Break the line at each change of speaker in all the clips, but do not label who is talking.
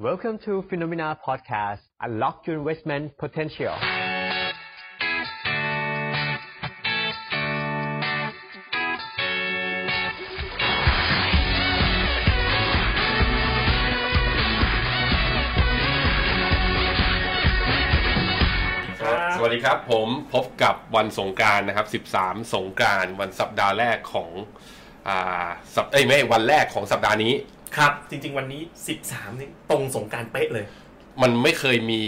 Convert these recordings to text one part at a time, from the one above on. Welcome to Phenomena Podcast. Unlock your investment potential.
สวัสดีครับ ผมพบกับวันสงกรารนะครับ 13 สงกรารวันสัปดาห์แรกของอ่าสัปเอ้ยไม่วันแรกของสัปดาห์นี้
ครับ จริงๆ วันนี้ 13นี่ตรงสงกรารเป๊ะเลย
มันไม่เคยมี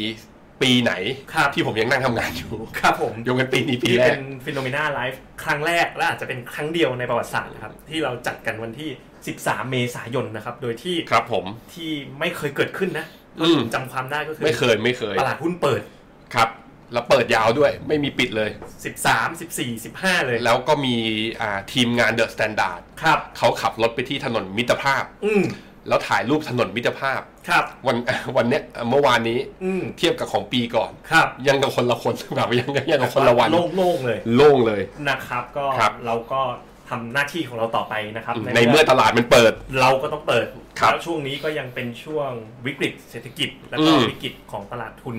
ปีไหน
ครับ
ที่ผมยังนั่งทำงานอยู่
ครับผม
ยกเว้นปีนี้ปี
นี่
แร
เป็
ก
นฟิโนเมนาไลฟ์ครั้งแรก และอาจจะเป็นครั้งเดียวในประวัติศาสตร์นะครับ ที่เราจัดกันวันที่ 13 เมษายนนะครับ โดยที่
ครับผม
ที่ไม่เคยเกิดขึ้นนะ
อืม
จำความได้ก็คือ
ไม่เคยไม่เคย
ตลาดหุ้นเปิด
ครับ แล้วเปิดยาวด้วย ไม่มีปิดเลย
13 14 15 เลย
แล้วก็มีอ่าทีมงานเดอะสแตนดาร์ด
ครับ
เขาขับรถไปที่ถนนมิตรภาพ
อืม
แล้วถ่ายรูปถนนมิตรภาพ
ครับ
วันวันเนี้ยเมื่อวานนี้
อืม
เทียบกับของปีก่อน
ครับ
ยังกับคนละคน แบบยังยังกับคนละวัน
โล่งๆเลย
โล่งเลย
นะครับ ก็
ครับ
เราก็ทำหน้าที่ของเราต่อไปนะครับ
ในเมื่อตลาดมันเปิด
เราก็ต้องเปิด
ครับ
แล้วช่วงนี้ก็ยังเป็นช่วงวิกฤตเศรษฐกิจ แล้วก็
อืม
วิกฤตของตลาดทุน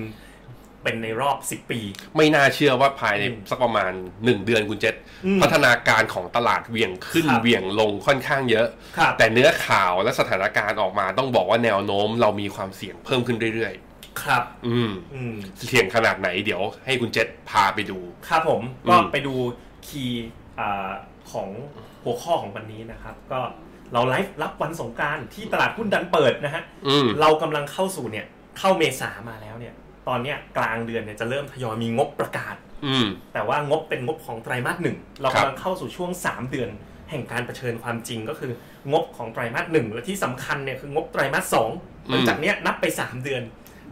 เป็นในรอบ 10 ปี
ไม่น่าเชื่อว่าภายใน
อืม
สักประมาณ 1 เดือนคุณเจษ
อืม
พัฒนาการของตลาดเหวี่ยงขึ้น
ครับ
เหวี่ยงลงค่อนข้างเยอะ
ครับ
แต่เนื้อข่าวและสถานการณ์ออกมาต้องบอกว่าแนวโน้มเรามีความเสี่ยงเพิ่มขึ้นเรื่อย
ครับ
ๆ อืม
อืม
เสี่ยงขนาดไหนเดี๋ยวให้คุณเจษพาไปดู
ครับผมก็
อืม
ไปดูคีย์อ่าของหัวข้อของวันนี้นะครับ ก็เราไลฟ์รับวันสงกรารที่ตลาดหุ้นดันเปิดนะฮะ
อืม
เรากำลังเข้าสู่เนี่ยเข้าเมษามาแล้วเนี่ย ตอนเนี้ยกลางเดือนเนี่ยจะเริ่มทยอยมีงบประกาศ
อืม
แต่ว่างบเป็นงบของไตรมาสหนึ่งเรากำลังเข้าสู่ช่วง 3 เดือน แห่งการเผชิญความจริงก็คืองบของไตรมาสหนึ่งและที่สำคัญเนี่ยคืองบไตรมาสสองหลังจากเนี้ยนับไป 3 เดือน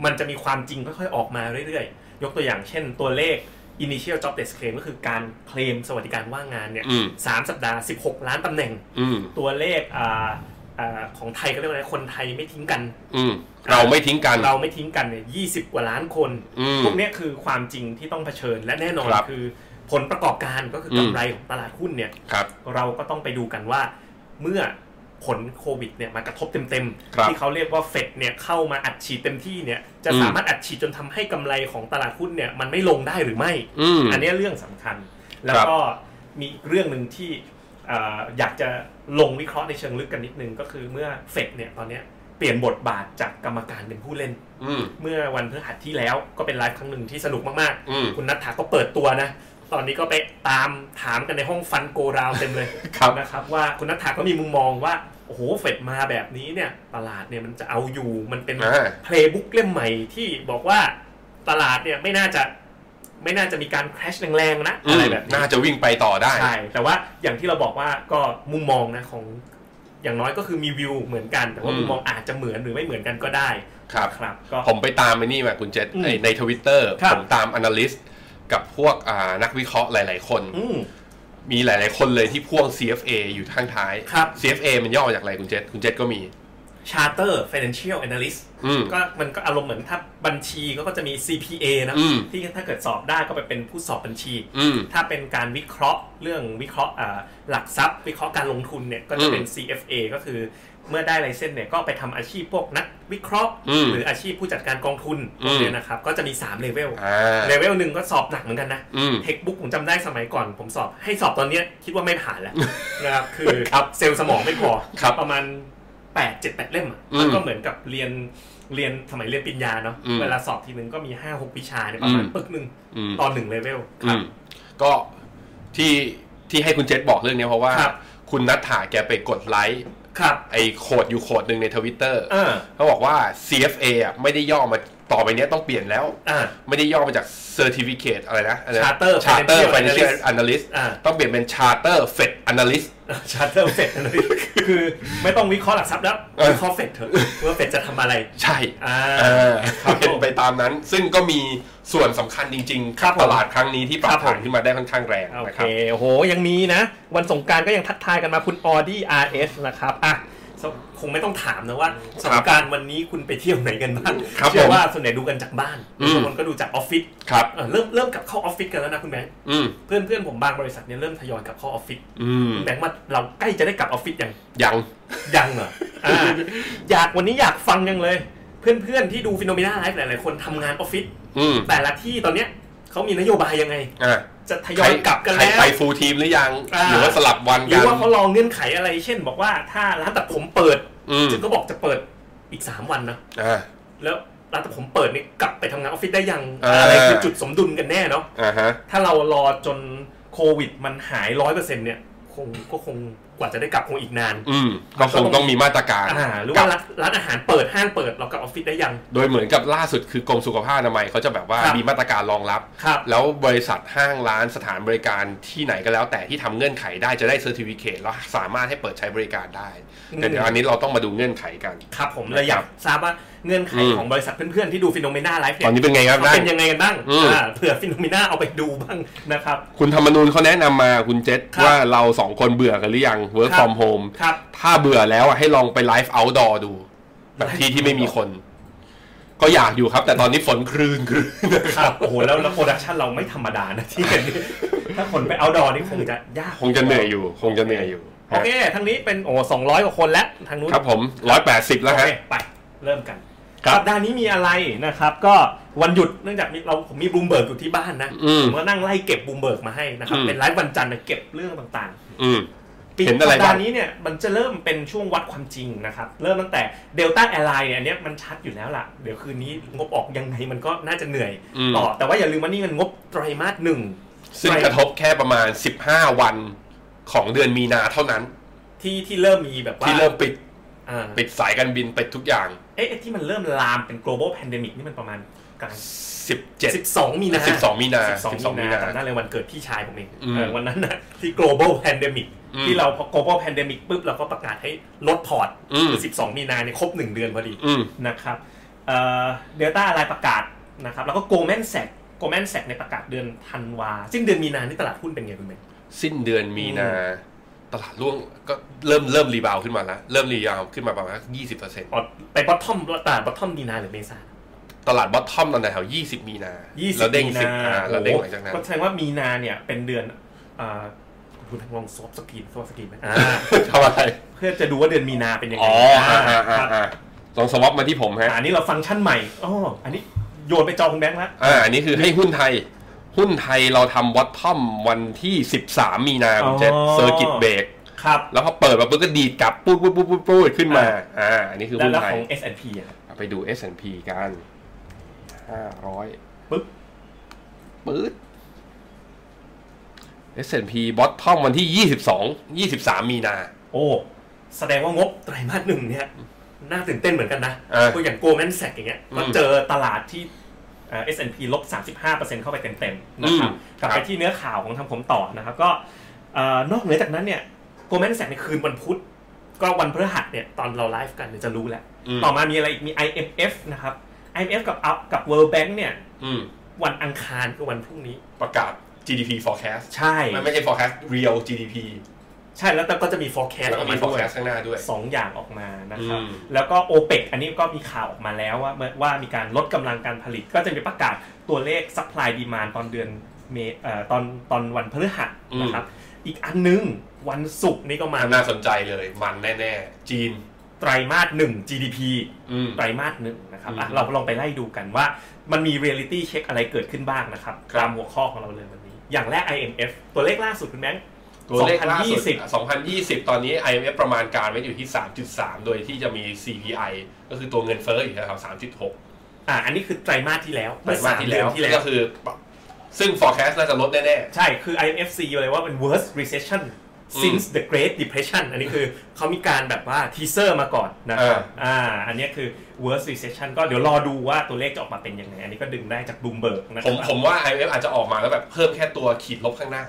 มันจะมีความจริงค่อยๆออกมาเรื่อยๆ ยกตัวอย่างเช่นตัวเลข initial job desk claim ก็คือการเคลมสวัสดิการว่างงานเนี่ย
อืม
สามสัปดาห์ 16 ล้านตำแหน่ง
อืม
ตัวเลขอ่าอ่าของไทยก็เรียกว่าอะไรคนไทยไม่ทิ้งกัน
อืมเราไม่ทิ้งกัน
เราไม่ทิ้งกันเนี่ยยีกว่าล้านคน
อืม
พวกเนี้ยคือความจริงที่ต้องเผชิญและแน่นอน
ครับ
คือผลประกอบการก็คือ
อืม
กำไรของตลาดหุ้นเนี่ย
ครับ
เราก็ต้องไปดูกันว่า เมื่อผลโควิดเนี่ยมากระทบเต็ม
ครับ
ๆ ที่เขาเรียกว่าเฟดเนี่ยเข้ามาอัดฉีดเต็มที่เนี่ยจะ
อืม
สามารถอัดฉีดจนทำให้กำไรของตลาดหุ้นเนี่ยมันไม่ลงได้หรือไม่
อืม
อันเนี้ยเรื่องสำคัญ แล้วก็มีอีกเรื่องหนึ่งที่เอ่ออยากจะลงวิเคราะห์ในเชิงลึกกันนิดนึงก็คือเมื่อเฟดเนี่ยตอนเนี้ยเปลี่ยนบทบาทจากกรรมการเป็นผู้เล่น
อืม
เมื่อวันพฤหัสที่แล้วก็เป็นไลฟ์ครั้งหนึ่งที่สนุกมาก
อืม
ๆ คุณนัทถาก็เปิดตัวนะ ตอนนี้ก็ไปตามถามกันในห้องฟันโกราวเต็มเลย
ครับ
นะครับว่าคุณนัทถาก็มีมุมมองว่า โอ้โหเฟดมาแบบนี้เนี่ยตลาดเนี่ยมันจะเอาอยู่มันเป็น
อ่า
เพลย์บุ๊กเล่มใหม่ที่บอกว่าตลาดเนี่ยไม่น่าจะไม่น่าจะมีการ crash แรงๆนะ
อื
อะไร
ม
แบบนี้
น่าจะวิ่งไปต่อได้
ใช่แต่ว่าอย่างที่เราบอกว่าก็มุมมองนะของอย่างน้อยก็คือมีวิวเหมือนกัน แต่ว่า
อืม
มุมมองอาจจะเหมือนหรือไม่เหมือนกันก็ได้
ครับ
ครับก็
ผมไปตามไอ้นี่มาคุณเจษ
อืม
ไอ้ในทวิตเตอร์
ครับ
ผมตาม Analyst กับพวกอ่านักวิเคราะห์หลาย ๆ คน
อืม
มีหลาย ๆ คนเลยที่พ่วง CFA อยู่ข้างท้าย
ครับ
CFA มันย่อมาจากอะไรคุณเจษคุณเจษก็มี
Charter Financial Analyst
อืม
ก็มันก็อารมณ์เหมือนถ้าบัญชีก็ก็จะมี CPA นะ
อืม
ที่ถ้าเกิดสอบได้ก็ไปเป็นผู้สอบบัญชี
อืม
ถ้าเป็นการวิเคราะห์เรื่องวิเคราะห์อ่าหลักทรัพย์ วิเคราะห์การลงทุนเนี่ยก็จะเป็น
อืม
CFA ก็คือเมื่อได้ไลเซนส์เนี่ยก็ไปทำอาชีพพวกนักวิเคราะห์
อืม
หรืออาชีพผู้จัดการกองทุน
อืม
พวกเนี้ยนะครับก็จะมี3เลเวล
อ่า
เลเวลหนึ่งก็สอบหนักเหมือนกันนะ
อืม
เทคบุ๊กผมจำได้สมัยก่อน ผมสอบให้สอบตอนเนี้ยคิดว่าไม่ผ่านแล้ว นะครับคือเซลล์สมองไม่พอ
ครับ
ประมาณ8ปดเจ็ดแปดเล่มอะ
อืม
มันก็เหมือนกับเรียนเรียนสมัยเรียนปริญญาเนาะ
อืม
เวลาสอบทีนึงก็มี5 6วิชาเนี่ยประมาณ
อืม
ปึกหนึ่ง
อืม
ตอนหนึ่งเลเวลค
อื
รับ
มก็ที่ที่ให้คุณเจษบอกเรื่องเนี้ยเพราะว่า
ครับ
คุณนัทถาแกไปกดไลค์
ครับ
ไอ้โคดอยู่โคดหนึ่งในทวิตเตอร์
เออ
เขาบอกว่า CFA อ่ะไม่ได้ย่อมาต่อไปเนี้ยต้องเปลี่ยนแล้ว
อ่า
ไม่ได้ย่อมาจาก Certificate อะไรนะ
Charter
Charter
Financial
Financial
Analyst
Analyst
อ่า
ต้องเปลี่ยนเป็น Charter Fed Analyst
ชาร์เตอร์เฟดนะพี่คือไม่ต้องวิเคราะห์หลักทรัพย์แล้ว
เออ
วิเคราะห์เฟดเถอะว่าเฟดจะทำอะไร
ใช่
อ่า
เออ
ครับผม
เป็นไปตามนั้น ซึ่งก็มีส่วนสำคัญจริงๆ
ค
กั
รั
บบ
ผม
ตลาดครั้งนี้ที่ปรับ
ครับผม
ฐานขึ้นมาได้ค่อนข้างแรง
โอ
นะค
เครับ โอ้โห ยังมีนะ วันสงกรารก็ยังทักทายกันมาคุณออดี้ RS นะครับ อ่ะสคงไม่ต้องถามนะว่าสงกรารวันนี้คุณไปเที่ยวไหนกันบ้าง
ครับ
เชื่อ
ผม
ว่าส่วนใหญ่ดูกันจากบ้าน
อืม
บางคนก็ดูจากออฟฟิศ
ครับ
เออเริ่มเริ่มกลับเข้าออฟฟิศกันแล้วนะคุณแบงค์
อืม
เพื่อนเพื่อนผมบางบริษัทเนี่ยเริ่มทยอยกลับเข้าออฟฟิศ
อืม
คุณแบงค์ว่าเราใกล้จะได้กลับออฟฟิศยัง
ยัง
ยังเหรออ่า อยากวันนี้อยากฟังยังเลย เพื่อนๆที่ดูฟิโนเมนาไลฟ์หลายๆคนทำงานออฟฟิศ
อืม
แต่ละที่ตอนเนี้ยเขามีนโยบายยังไง
อ่ะ
จะทยอยกลับกันแล้ว
ใครไปฟูลทีมหรือยัง
อ่า
หรือว่าสลับวัน
หรื
กั
อน ว่าเขาลองเงื่อนไขอะไร เช่น บอกว่าถ้าร้านตัดผมเปิด
อืม
จึงก็บอกจะเปิดอีกสามวันนะ
อ่า
แล้วร้านตัดผมเปิดนี่กลับไปทำงานออฟฟิศได้ยัง
อ่า
อะไรคือจุดสมดุลกันแน่เนาะ
อ่าฮะ
ถ้าเรารอจนโควิด มันหายร้อยเปอร์เซ็นต์เนี่ยคงก็คงกว่าจะได้กลับคงอีกนาน
อืมก็คงต้องมีมาตรการ
อ่าหรือว่า
กับ
ร้านร้านอาหารเปิดห้างเปิดเรากลับออฟฟิศได้ยัง
โดยเหมือนกับล่าสุดคือกรมสุขภาพอนามัยเขาจะแบบว่า
ครับ
มีมาตรการรองรับ
ครับ
แล้วบริษัทห้างร้านสถานบริการที่ไหนก็แล้ว แต่ที่ทำเงื่อนไขได้จะได้เซอร์ติฟิเคแล้วสามารถให้เปิดใช้บริการได้
อืม
แต่เดี๋ยวอันนี้เราต้องมาดูเงื่อนไขกัน
ครับผมเลยอยากทราบว่าเงื่อนไข
อืม
ของบริษัทเพื่อนๆที่ดูฟิโนเมนาไลฟ์
ต
เนี่
อน
ย
นี้เป็นไงครับ
เขา
ได้
เป็นยังไงกันบ้าง
อืม
อ่าเผื่อฟิโนเมนาเอาไปดูบ้างนะครับ
คุณธรรมนูญเขาแนะนำมาคุณเจษ
ครับ
ว่าเราสองคนเบื่อกันหรือยัง work
ครับ
from home
ครับ
ถ้าเบื่อแล้วอะให้ลองไปไลฟ์ outdoor ดู แบบที่
Live
ที่ไม่มีคน ก็อยากอยู่ครับ แต่ตอนนี้ฝนคลื่นคลื่นนะ
ค
ค
รั
รั
บบ โอ้โหแล้วแล้วโปรดักชันเราไม่ธรรมดานะที่เห็ นถ้าคนไปเอาดอนี่คงจะยาก
คงจะเหนื่อยอยู่ คงจะเหนื่อยอยู่
โอเคทางนี้เป็นโอ้สองร้อยกว่าคนแล้วทางนู้น
ครับผมร้อยแปดสิบแล้ว
โอ
ฮะ
เคไปเริ่มกัน
ครับ
สัปดาห์นี้มีอะไรนะครับ ก็วันหยุดเนื่องจากมีเราผมมีบลูมเบิร์กอยู่ที่บ้านนะ
อืม
ผมก็นั่งไล่เก็บบลูมเบิร์กมาให้นะครับ
อืม
เป็นไลฟ์วันจันทร์นะเก็บเรื่องต่างๆ
อืม
ปี
เห็นอะไร
สัป
บ้า
ดาง ห์นี้เนี่ยมันจะเริ่มเป็นช่วงวัดความจริงนะครับ เริ่มตั้งแต่เดลต้าแอร์ไลน์เนี่ยอันเนี้ยมันชัดอยู่แล้วล่ะ เดี๋ยวคืนนี้งบออกยังไงมันก็น่าจะเหนื่อย
อืม
ต่อแต่ว่าอย่าลืมว่านี่มันงบไตรมาสหนึ่ง
ซึ่งกระทบแค่ประมาณ 15 วันของเดือนมีนาเท่านั้น
ที่ที่เริ่มมีแบบว่า
ที่เริ่มปิด
อ่า
ปิดสายการบินไปทุกอย่าง
เอ๊ะไอ้ที่มันเริ่มลามเป็น global pandemic นี่มันประมาณกลาง
17
12 มีนา
12มีนา12
12มี
มีนา
นาตอนนั้นเลยวันเกิดพี่ชายผมเอง
อืม
เออวันนั้นนะที่ global pandemic
อืม
ที่เราพอ global pandemic ปุ๊บเราก็ประกาศให้ลดพอร์ต
อืม
คือ12 มีนาเนี่ยครบหนึ่งเดือนพอดี
อืม
นะครับเดลต้าอะไรประกาศนะครับ แล้วก็โกลแมนแซกโกลแมนแซกในยประกาศเดือนธันวาซึ่งเดือนมีนานี่ตลาดหุ้นเป็นไงคุณเมย์
สิ้นเดือนมีนา
อื
ตลาดร่วงก็เริ่มเริ่มรีบาวขึ้นมาแล้ว เริ่มรีบาวขึ้นมาประมาณยี่สิบเปอร์เซ็นต์
อ๋อไปบอททอมตลาดบอททอมมีนาหรือเมษา
ตลาดบอททอมตอนแถวยี่สิบมีนา
20
แล้วเด้ง
มี
สิบ
นา
อ่าแล้วเด้งหลังจากนั้น
ก็แสดงว่ามีนาเนี่ยเป็นเดือนเอ่อคุณทางลองซอฟสกรีนซอฟสกรีนไหมอ่า
ทำอะไร
เพื่อจะดูว่าเดือนมีนาเป็นยังไง
อ๋ออ่า
อ่า
อ่า
ครับ
อ่าลองสวอปมาที่ผมฮะ
อันนี้เราฟังก์ชันใหม่อ๋ออันนี้โยนไปจอคุณแบงค์ละ
อ่าอันนี้คือให้หุ้นไทย หุ้นไทยเราทำวัดทอมวันที่ 13 มีนาคุณเจษเซอร์กิตเบรก
ครับ
แล้วพอเปิดมาปุ๊บก็ดีดกลับปุ๊บปุ๊บปุ๊บปุ๊บปุ๊บขึ้นมา
อ่า
อ่า อันนี้คือ
แล้ว
หุ้น
แล้ว
ไท
ข
ย
อง S&P อ่ะ
เอาไปดู S&P กัน500
ปึ๊บ
ปื๊ด S&P bottom วันที่ 22 23 มีนา
โอ้แสดงว่างบไตรมาสหนึ่งเนี่ยน่าตื่นเต้นเหมือนกันนะ
เออ
ตัวอย่างโกลแมนแซกอย่างเงี้ย
อืม
ก็เจอตลาดที่เอ่อ S&P ลบ 35%เข้าไปเต็มๆนะครับ
อืม
กลับไป
ครับ
ที่เนื้อข่าวของทางผมต่อนะครับ ก็เอ่อนอกเหนือจากนั้นเนี่ยโกลแมนแซกในคืนวันพุธ ก็วันพฤหัสเนี่ยตอนเราไลฟ์กันเนี่ยจะรู้แหละ
อืม
ต่อมามีอะไรอีกมี IMF นะครับ IMF กับ Up กับ World Bank เนี่ย
อืม
วันอังคารคือวันพรุ่งนี้
ประกาศ GDP forecast
ใช่
มันไม่ใช่ forecast real GDP
ใช่แล้วแต่ก็จะมี forecast
แล้วก็มี
ออด้วย
forecast ข้างหน้าด้วย
สองอย่างออกมานะครับ
อืม
แล้วก็โอเปกอันนี้ก็มีข่าวออกมาแล้วว่าเมื่อว่ามีการลดกำลังการผลิต ก็จะมีประกาศตัวเลข supply demand ตอนเดือนเมเอ่อตอนตอนวันพฤหัสนะครับ อีกอันนึง วันศุกร์นี่ก็มา
อันน่าสนใจเลย มันแน่ ๆ จีน
ไตรมาสหนึ่ง GDP
อืม
ไตรมาสหนึ่งนะครับอ่ะ
อืม
เราลองไปไล่ดูกันว่ามันมี reality check อะไรเกิดขึ้นบ้างนะครับ
ครับ
ตามหัวข้อของเราเลยวันนี้ อย่างแรก IMF ตัวเลขล่าสุดคุณแบงค์
ตัวเลขล่าสุด
2020
2020 ตอนนี้ IMF ประมาณการไว้อยู่ที่ 3.3 โดยที่จะมี CPI ก็คือตัวเงินเฟ้ออยู่แถวๆ3.6
อ่ะอันนี้คือไตรมาสที่แล้ว
ไตรมาสที่
เดื
แล้
อน
ว
ที่แล้ว
ก็คือปรับซึ่ง forecast น่าจะลดแน่
ใช่ คือ IMF c เลยว่าเป็น worst recession
อืม
since the Great Depression อันนี้คือเขามีการแบบว่าทีเซอร์มาก่อนนะครับอ่า อันเนี้ยคือ worst recession ก็เดี๋ยวรอดูว่าตัวเลขจะออกมาเป็นยังไง อันนี้ก็ดึงได้จาก Bloomberg นะ
ๆ
ค
ผ
รั
มผมว่า IMF อาจจะออกมาแล้วแบบเพิ่มแค่ตัวขีดลบข้างหน้า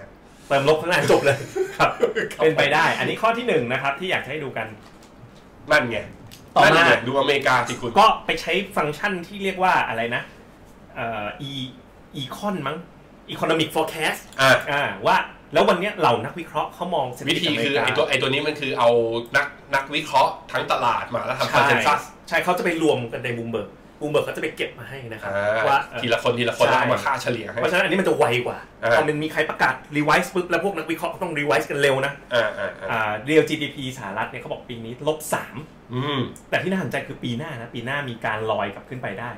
เติมลบข้างหน้าจบเลยครับ
ครับ
เป็นไปได้ อันนี้ข้อที่หนึ่งนะครับ ที่อยากจะให้ดูกัน
นั่นไง
ต่อมา
นั่นไงดูอเมริกาสิคุณ
ก็ไปใช้ฟังก์ชันที่เรียกว่าอะไรนะเอ่อ e econ มั้ง economic forecast
อ่ะ
อ่าว่าแล้ววันเนี้ยเหล่านักวิเคราะห์เขามองเศรษฐ
วิ
กิจ
ธี
อเม
คือ
ริกา
ไอตัวไอตัวนี้มันคือเอานักนักวิเคราะห์ทั้งตลาดมาแล้วทำคอนเซนแซส
ใช่เขาจะไปรวมกันในบูมเบิร์ก บูมเบิร์กเขาจะไปเก็บมาให้นะครับ
อ่า
ว่า
ทีละคนทีละคน
ใช่
แล้วเอามาค่าเฉลี่ยให้
เพราะฉะนั้นอันนี้มันจะไวกว่า
อ่า
พอมันมีใครประกาศรีไวซ์ปุ๊บแล้วพวกนักวิเคราะห์ต้องรีไวซ์กันเร็วนะ
อ่าอ่าอ่า
อ่า real GDP สหรัฐเนี่ยเขาบอกปีนี้ลบสาม
อืม
แต่ที่น่าสนใจคือปีหน้านะปีหน้ามีการลอยกลับขึ้นไปได้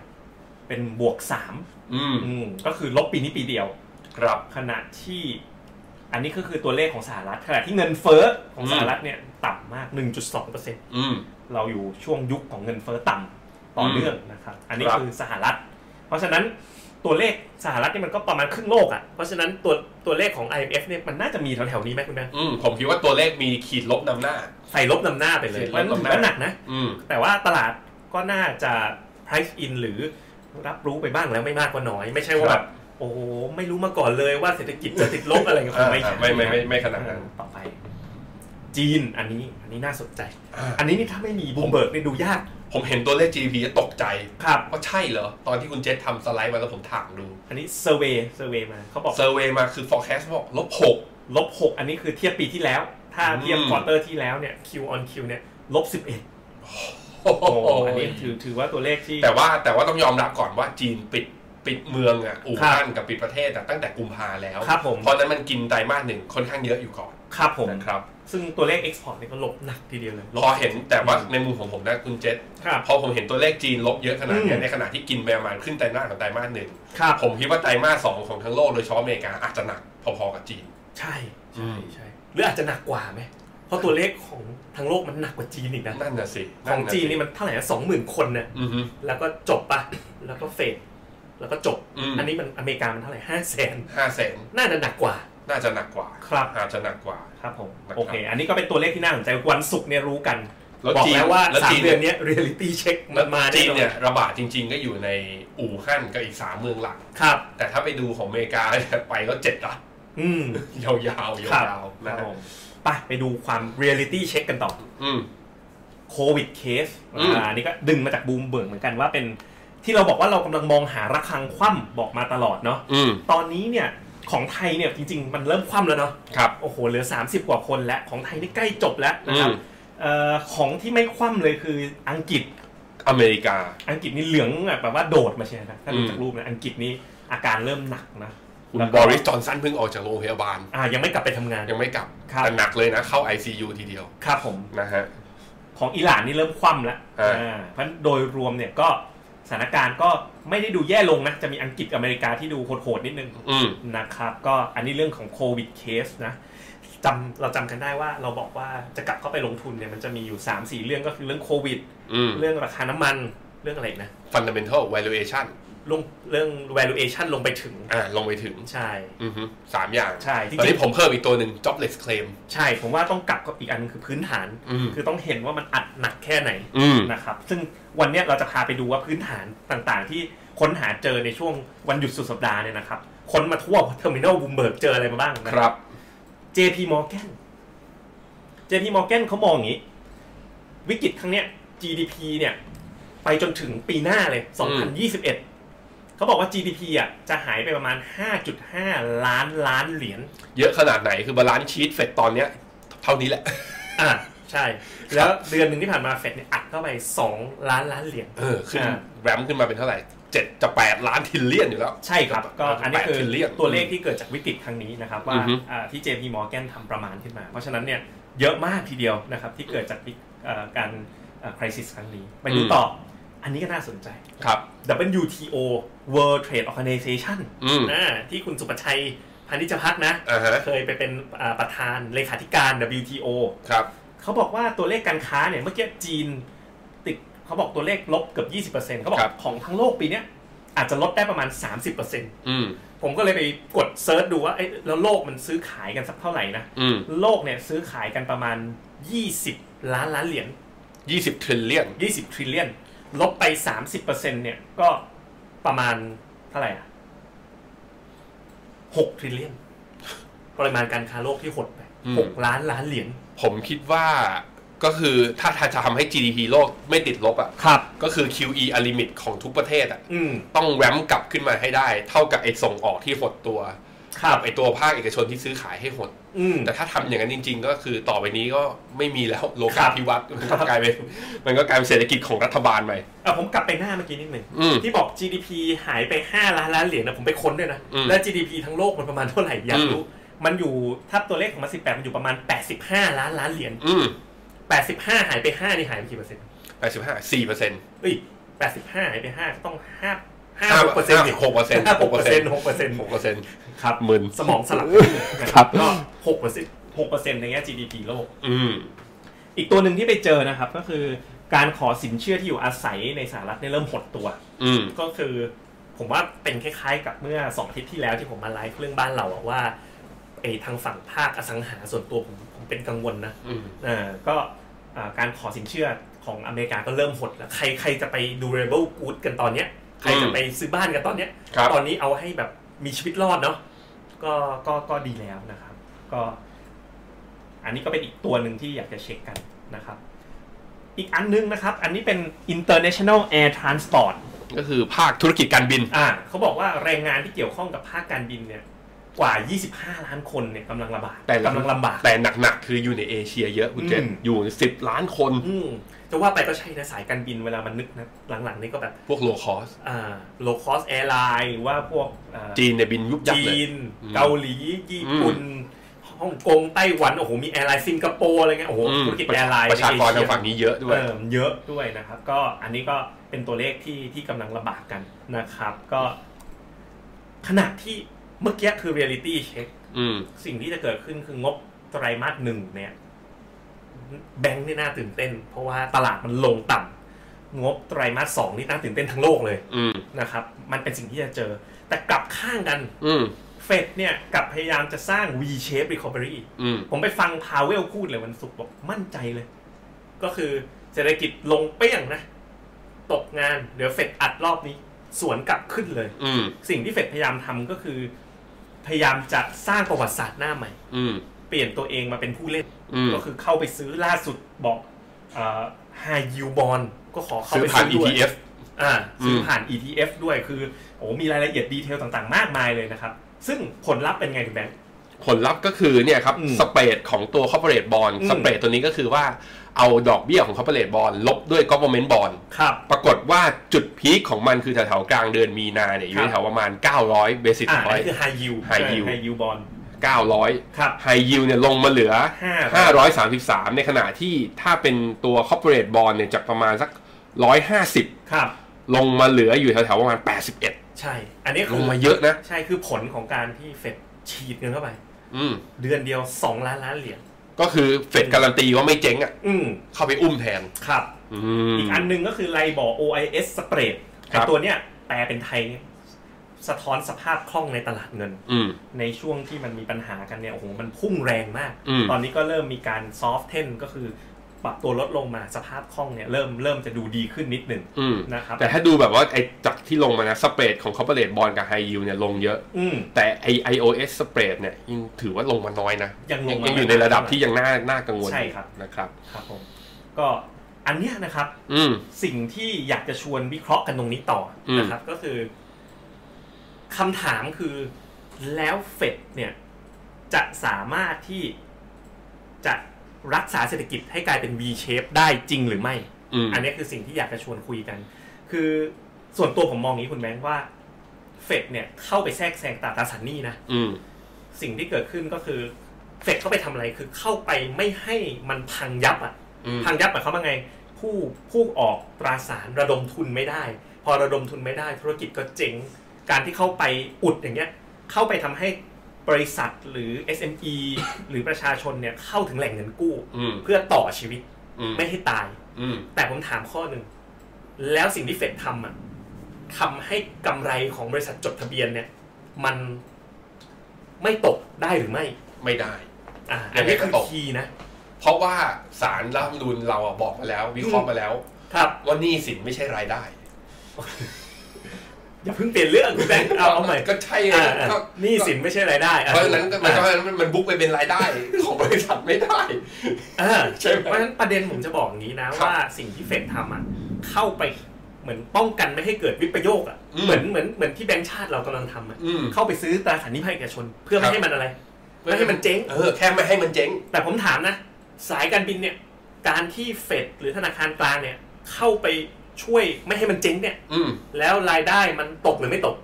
เป็นบวกสาม
อืม
อืมก็คือลบปีนี้ปีเดียว
ครับ
ขณะที่อันนี้ก็คือตัวเลขของสหรัฐขณะที่เงินเฟ้อของ
อืม
สหรัฐเนี่ยต่ำมาก 1.2%
อืม
เราอยู่ช่วงยุคของเงินเฟ้อต่ำต่อเนื่องนะครับ อันนี้
ครับ
คือสหรัฐ เพราะฉะนั้นตัวเลขสหรัฐนี่มันก็ประมาณครึ่งโลกอ่ะ เพราะฉะนั้นตัวตัวเลขของ IMF เนี่ยมันน่าจะมีแถวๆนี้ไหมคุณแม่
อืมผมคิดว่าตัวเลขมีขีดลบนำหน้า
ใส่ลบนำหน้าไปเลย
ใส่
มัน
ลบ
ถื
นำหน้า
อว่าหนักนะ
อืม
แต่ว่าตลาดก็น่าจะ price in หรือรับรู้ไปบ้างแล้วไม่มากก็น้อย ไม่ใช่ว่า
ค
แบ
รับ
บโอ้โหไม่รู้มาก่อนเลยว่าเศรษฐกิจจะติดลบอะไรก็คง
อ่า
ไม่ใช่
ไม่ไม่ไม่ไม่ขนาดนั้น
ต่อไป จีนอันนี้อันนี้น่าสนใจ
อ่า
อันนี้นี่ถ้าไม่มีบูมเบิร์กนี่ดูยาก
ผมเห็นตัวเลข GDP ก็ตกใจ
ครับ
ว่าใช่เหรอ ตอนที่คุณเจษทำสไลด์มาแล้วผมถามดู
อันนี้เซอร์เวย์เซอร์เวย์มาเขาบอก
เซอร์เวยมาคือ forecast บอกลบหก
ลบหกอันนี้คือเทียบปีที่แล้ว ถ้าเทียบ
อืม
ควอเตอร์ที่แล้วเนี่ย Q on Q เนี่ยลบสิบเอ็ด
โอ้โห
โอ้อันนี้ถือถือว่าตัวเลขที่
แต่ว่าแต่ว่าต้องยอมรับก่อนว่าจีนปิดปิดเมืองอ่ะอู่
ครับ
ฮั่นกับปิดประเทศอะตั้งแต่กุมภาแล้ว
ครับผม
เพราะฉะนั้นมันกินไตรมาสหนึ่งค่อนข้างเยอะอยู่ก่อน
ครับผม
นะครับ
ซึ่งตัวเลขเอ็กซ์พอร์ตนี่ก็ลบหนักทีเดียวเลยลบ
พอเห็นแต่ว่าในมุมของผมนะคุณเจษ
ครับ
พอผมเห็นตัวเลขจีนลบเยอะขนาดเนี้ย
อืม
ในขณะที่กินไปประมาณครึ่งไตรมาสของไตรมาสหนึ่ง
ครับ
ผมคิดว่าไตรมาสสองของทั้งโลกโดยเฉพาะอเมริกาอาจจะหนักพอๆกับจีน
ใช่
อื
ใช่
ม
ใช่หรืออาจจะหนักกว่าไหมเพราะตัวเลขของทั้งโลกมันหนักกว่าจีนอีกนะ
นั่นน่ะสิ
ของ
ะสิ
จีนนี่มันเท่าไหร่สองหมื่นะ20,000 คนเนี่ย
อือฮึ
แล้วก็จบปะแล้วก็เฟด แล้วก็จบ
อืม
อันนี้มันอเมริกามันเท่าไหร่ห้าแสน
ห้าแสน
น่าจะหนักกว่า
น่าจะหนักกว่า
ครับ
อาจจะหนักกว่า
ครับผม
นะครับ
โอเค อันนี้ก็เป็นตัวเลขที่น่าสนใจ วันศุกร์เนี่ยรู้กัน
แล้ว
บอก
จีน
แล้วว่า
แล้ว
สาม
จีน
เดือนเนี้เรียลิตี้เช็คมันมา
จีน
แอ
เนี่ยระบาดจริง ๆ ก็อยู่ในอู่ฮั่นกับอีกสามเมืองหลัก
ครับ
แต่ถ้าไปดูของอเมริกาเนี่ยไปแล้วเจ็ดรัฐ
อืม
ยาวๆยาวๆ
ค
นะ
รับ
ฮะ
ผมไปไปดูความเรียลิตี้เช็คกันต่อ
อืม
โควิดเคส
อืม
อันนี้ก็ดึงมาจากบูมเบิร์กเหมือนกันว่าเป็นที่เราบอกว่าเรากำลังมองหาระฆังคว่ำบอกมาตลอดเนาะ
อืม
ตอนนี้เนี่ยของไทยเนี่ยจริง ๆ มันเริ่มคว่ำแล้วเนาะ
ครับ
โอ้โห เหลือ 30 กว่าคนแล้ว ของไทยนี่ใกล้จบแล้วนะครับ
อืม
เออของที่ไม่คว่ำเลยคืออังกฤษ
อเมริกา
อังกฤษนี่เหลืองแบบว่าโดดมาเชียวนะ ถ้าดู
อืม
จากรูปนะ อังกฤษนี่อาการเริ่มหนักนะ
คุณ
แล้ว
บ
ก็
อริสจอนสันเพิ่งออกจากโรงพยาบาล
อ่า ยังไม่กลับไปทำงาน
ยังไม่กลับ
ครับ
แต่หนักเลยนะ เข้า ICU ทีเดียว
ครับผม
นะฮะ
ของอิหร่านนี่เริ่มคว่ำแล้ว
อ่า
อ่าเพราะโดยรวมเนี่ยก็สถานการณ์ก็ไม่ได้ดูแย่ลงนะ จะมีอังกฤษกับอเมริกาที่ดูโหดๆนิดนึง
อืม
นะครับ ก็อันนี้เรื่องของโควิดเคสนะจำเราจำกันได้ว่าเราบอกว่าจะกลับเข้าไปลงทุนเนี่ยมันจะมีอยู่ 3 4 เรื่องก็คือเรื่องโควิด
อืม
เรื่องราคาน้ำมันเรื่องอะไรอีกนะ
fundamental valuation
ลงเรื่อง valuation ลงไปถึง
อ่าลงไปถึง
ใช่
อือฮึสามอย่าง
ใช่จริงๆ
ตอนนี้ผมเพิ่มอีกตัวหนึ่ง jobless claim
ใช่ ผมว่าต้องกลับกับอีกอันหนึ่งคือพื้นฐาน
อืม
คือต้องเห็นว่ามันอัดหนักแค่ไหน
อืม
นะครับ ซึ่งวันเนี้ยเราจะพาไปดูว่าพื้นฐานต่างๆ ที่ค้นหาเจอในช่วงวันหยุดสุดสัปดาห์เนี่ยนะครับ ค้นมาทั่วเทอร์มินอลบูมเบิร์กเจออะไรมาบ้างนะ
ครับ
JP Morgan JP Morgan เขามองอย่างนี้ วิกฤตครั้งเนี้ย GDP เนี่ย ไปจนถึงปีหน้าเลย 2021 เขาบอกว่า GDP อ่ะจะหายไปประมาณ 5.5 ล้านล้านเหรียญ
เยอะขนาดไหนคือบาลานซ์ชีตเฟดตอนเนี้ย เท่านี้แหละ
อ่ะ ใช่ แล้วเดือนหนึ่งที่ผ่านมาเฟดเนี่ยอัดเข้าไป 2 ล้านล้านเหรียญ
เออ ขึ้น
อ่า
แรมขึ้นมาเป็นเท่าไหร่เจ็ดจะแปดล้านทิลเลียนอยู่แล้ว
ใช่ครับ ก็อันนี้คือ
trillion
ตัวเลขที่เกิดจากวิกฤตครั้งนี้นะครับ ว่า
อือฮึ
อ่าที่ JP Morgan ทำประมาณขึ้นมา เพราะฉะนั้นเนี่ยเยอะมากทีเดียวนะครับ ที่เกิดจากวิกเอ่อการเอ่อ crisis ครั้งนี้ ไปดูต่อออันนี้ก็น่าสนใจ
ครับ
WTO World Trade Organization
อืม
นะที่คุณสุปชัยพานิจพักนะ
อ่าฮะ
เคยไปเป็นอ่าประธานเลขาธิการ WTO
ครับ
เขาบอกว่าตัวเลขการค้าเนี่ยเมื่อกี้จีนติดเขาบอกตัวเลขลบเกือบ20%เขาบอก
ครับ
ของทั้งโลกปีเนี้ยอาจจะลดได้ประมาณ 30%
อืม
ผมก็เลยไปกดเซิร์ชดูว่าเอ้ยแล้วโลกมันซื้อขายกันสักเท่าไหร่นะ
อืม
โลกเนี่ยซื้อขายกันประมาณ 20 ล้านล้านเหรียญ
ยี่สิบทริลเลียน
20 t r i l l i o n ลบไป 30%เนี่ยก็ประมาณเท่าไหร่อ่ะ6 t r i l l i o n ปริมาณการค้าโลกที่หดไป
อืม
6 ล้านล้านเหรียญ
ผมคิดว่าก็คือถ้าจะทำให้ GDP โลกไม่ติดลบอ่ะ
ครับ
ก็คือ QE อลิมิตของทุกประเทศอ่ะ
อืม
ต้องแวมกลับขึ้นมาให้ได้ เท่ากับไอ้ส่งออกที่หดตัว
ครับ
กับไอตัวภาคเอกชนที่ซื้อขายให้หด
อืม
แต่ถ้าทำอย่างนั้นจริง ๆ ก็คือต่อไปนี้ก็ไม่มีแล้วโล
ครั
กา
บ
ภิวัตน์มันก็กลายเป็นมันก็กลายเป็นเศรษฐกิจของรัฐบาลไป
อ่ะผมกลับไปหน้าเมื่อกี้นิดหนึ่ง
อืม
ที่บอก GDP หายไป 5 ล้านล้านเหรียญนะผมไปค้นด้วยนะ
อืม
แล้ว GDP ทั้งโลกมันประมาณเท่าไหร่อยากรู้ มันอยู่ถ้าตัวเลขของมัน18 มันอยู่ประมาณ 85 ล้านล้านเหรียญ
อืม
85 หายไป 5 นี่หายไปกี่เปอร์เซ็นต์
แปดสิบห้าสี่เปอร์เซ็นต์
เอ้ย85หายไป 5 ก็ต้อง5
ห้า
5เปอร์เซ็นต์
หกเปอร์เซ็นต์
6เปอร์เซ็นต์6เปอร์เซ็นต์
หกเปอร์เซ็นต์
ครับ
หมื่น
สมองสลับ
ครับ
ก็6เปอร์เซ็นต์6เปอร์เซ็นต์ในแง่ GDP โลก
อืม
อีกตัวหนึ่งที่ไปเจอนะครับก็คือการขอสินเชื่อที่อยู่อาศัยในสหรัฐเนี่ยเริ่มหดตัว
อืม
ก็คือผมว่าเป็นคล้ายๆกับเมื่อสองอาทิตย์ที่แล้วที่ผมมาไลฟ์เรื่องบ้านเราอะว่าไอ้ทางฝั่งภาคอสังหาส่วนตัวผมผมเป็นกังวลนะ
อืม
อ่าก็อ่าการขอสินเชื่อของอเมริกาก็เริ่มหดแล้วใครใครจะไป durable good กันตอนเนี้ยใครจะไปซื้อบ้านกันตอนเนี้ย
ครับ
ตอนนี้เอาให้แบบมีชีวิตรอดเนาะก็ก็ก็ดีแล้วนะครับ ก็ อันนี้ก็เป็นอีกตัวหนึ่งที่อยากจะเช็คกันนะครับ อีกอันนึงนะครับ อันนี้เป็น international air transport
ก็คือภาคธุรกิจการบิน
อ่าเขาบอกว่าแรงงานที่เกี่ยวข้องกับภาคการบินเนี่ยกว่า 25 ล้านคนเนี่ยกำลังลำบาก
แต่
กำลังลำบาก
แต่หนักๆ คืออยู่ในเอเชียเยอะคุณเจน
อืม
อยู่สิบล้านคน
อืมจะว่าไปก็ใช่นะสายการบินเวลามันนึกนะ หลังๆนี่ก็แบบ
พวกโลคอส
อ่า low cost airline หรือว่าพวกอ่า
จีนเนี่ยบินยุบยับ
จี
เลย
น
อืม
เกาหลี ญี่ปุ่นฮ่องกงไต้หวัน โอ้โห มีแอร์ไลน์สิงคโปร์อะไรเงี้ยโอ้โห
อืม
ธุรกิจแอร์ไลน์
ประชากร
ในเอ
ทาง
เย
ฝั่งนี้เยอะด้วย
เออเยอะด้วยนะครับ ก็อันนี้ก็เป็นตัวเลขที่ที่กำลังลำบากกันนะครับ ก็ ขนาดที่เมื่อกี้คือ reality check
อืม
สิ่งที่จะเกิดขึ้นคืองบไตรมาสหนึ่งเนี่ย แบงค์นี่น่าตื่นเต้น เพราะว่าตลาดมันลงต่ำงบไตรมาสสองนี่น่าตื่นเต้นทั้งโลกเลย
อืม
นะครับ มันเป็นสิ่งที่จะเจอ แต่กลับข้างกัน
อืม
เฟดเนี่ยกลับพยายามจะสร้าง V-shape recovery
อืม
ผมไปฟังพาเวลพูดเลยวันศุกร์บอกมั่นใจเลย ก็คือเศรษฐกิจลงเปี้ยงนะ ตกงานเดี๋ยวเฟดอัดรอบนี้ สวนกลับขึ้นเลย
อืม
สิ่งที่เฟดพยายามทำก็คือ พยายามจะสร้างประวัติศาสตร์หน้าใหม่
อืม
เปลี่ยนตัวเองมาเป็นผู้เล่น
อืม
ก็คือเข้าไปซื้อล่าสุดบอกไฮยูบอลก็ขอเข้า
ซื้อ
ไป
ผ่าน
ซื้อด้วย
ETF
อ่าซื้ออ
ม
ผ่าน ETF ด้วยคือโอ้มีรายละเอียดดีเทลต่างๆ มากมายเลยนะครับ ซึ่งผลลัพธ์เป็นไงคุณแบงค์
ผลลัพธ์ก็คือเนี่ยครับ
อืม
สเปรดของตัว corporate bond
อืม
สเปรดตัวนี้ก็คือว่าเอาดอกเบี้ยของ corporate bond ลบด้วย government bond
ครับ
ปรากฏว่าจุดพีคของมันคือแถวๆกลางเดือนมีนาเนี่ย อยู่
ครับ
แถวประมาณ 900 basis
อ่า
point
นี่คือไฮยู
High yield
ไฮยูบอล
900
ครับ
high yield เนี่ยลงมาเหลือ
ห้า
533 ในขณะที่ถ้าเป็นตัว corporate bond เนี่ยจากประมาณสัก 150
ครับ
ลงมาเหลืออยู่แถวๆประมาณ 81
ใช่ อันนี้
ล
คื
งมาเยอะนะ
ใช่คือผลของการที่เฟดฉีดเงินเข้าไป
อืม
เดือนเดียว 2 ล้านล้านเหรียญ
ก็คือเฟดการันตีว่าไม่เจ๊งอ่ะ
อืม
เข้าไปอุ้มแทน
ครับ
อืม
อีกอันหนึ่งก็คือไลบอ OIS spread
ครั
ไอบ ตัวเนี้ยแปลเป็นไทยเนี่ยสะท้อนสภาพคล่องในตลาดเงิน
อืม
ในช่วงที่มันมีปัญหากันเนี่ยโอ้โหมันพุ่งแรงมาก
อืม
ตอนนี้ก็เริ่มมีการซอฟเทนก็คือปรับตัวลดลงมาสภาพคล่องเนี่ยเริ่มเริ่มจะดูดีขึ้นนิดหนึ่ง
อืม
นะครับ
แต่ถ้าดูแบบว่าไอ้จากที่ลงมานะสเปรดของ corporate bond กับ high yield เนี่ยลงเยอะ
อืม
แต่ไอ iOS spread เนี่ยยังถือว่าลงมาน้อยนะ
ยังลงมา
ยังอยู่ในระดับที่ยังน่าน่ากังวล
ใช่ครับ
นะครับ
ครับผมก็อันเนี้ยนะครับ
อืม
สิ่งที่อยากจะชวนวิเคราะห์กันตรงนี้ต่ออ
ม
นะครับก็คือคำถามคือแล้วเฟดเนี่ยจะสามารถที่จะรักษาเศรษฐกิจให้กลายเป็น V shape ได้จริงหรือไม่
อืม
อันนี้คือสิ่งที่อยากจะชวนคุยกัน คือส่วนตัวผมมองอย่างนี้คุณแบงค์ว่าเฟดเนี่ยเข้าไปแทรกแซงตราตราสารหนี้นะ
อืม
สิ่งที่เกิดขึ้นก็คือเฟดเข้าไปทำอะไรคือเข้าไปไม่ให้มันพังยับอ่ะ
อืม
พังยับหมายความว่าไง ผู้ผู้ออกตราสารระดมทุนไม่ได้ พอระดมทุนไม่ได้ ธุรกิจก็เจ๊งการที่เข้าไปอุดอย่างเงี้ยเข้าไปทำให้บริษัทหรือ SME หรือประชาชนเนี่ยเข้าถึงแหล่งเงินกู้
อืม
เพื่อต่อชีวิต
อืม
ไม่ให้ตาย
อืม
แต่ผมถามข้อหนึ่ง แล้วสิ่งที่เฟดทำอ่ะทำให้กำไรของบริษัทจดทะเบียนเนี่ย มันไม่ตกได้หรือไม่
ไม่ได้
อ่าอันนี้
ยัง
คือ
ไงก็ตก
คีย์นะ
เพราะว่าสารรัฐธรรมนูญเราอะบอกมาแล้ว วิเคราะห์มาแล้ว
ครับ
ว่าหนี้สินไม่ใช่รายได้
อย่าเพิ่งเปลี่ยนเรื่องคุณแบงค์เอาเอาใหม่
ก็ใช่ไง
อ่าอ่า
ก็
หนี่สินไม่ใช่รายได้อ่
เพราะฉะนั้นก็มันก็มันมันบุ๊กไปเป็นรายได้ ของบริษัทไม่ได้
อ่า
ใช่ไหม
เพราะฉะนั้นประเด็นผมจะบอกอย่างนี้นะ
ครับ
ว่าสิ่งที่เฟดทำอ่ะเข้าไป เหมือนป้องกันไม่ให้เกิดวิปโยคอะ
อืม
เหมือนเหมือนเหมือนที่แบงก์ชาติเรากำลังทำอะ
อืม
เข้าไปซื้อตราสารหนี้ภาคเอกชน เพื่อ
ครับ
ไม่ให้มันอะไรไม่ให้มันเจ๊ง
เออแค่ไม่ให้มันเจ๊ง
แต่ผมถามนะ สายการบินเนี่ย การที่เฟดหรือธนาคารกลางเนี่ย เข้าไปช่วยไม่ให้มันเจ๊งเนี่ย
อืม
แล้วรายได้มันตกหรือไม่ตก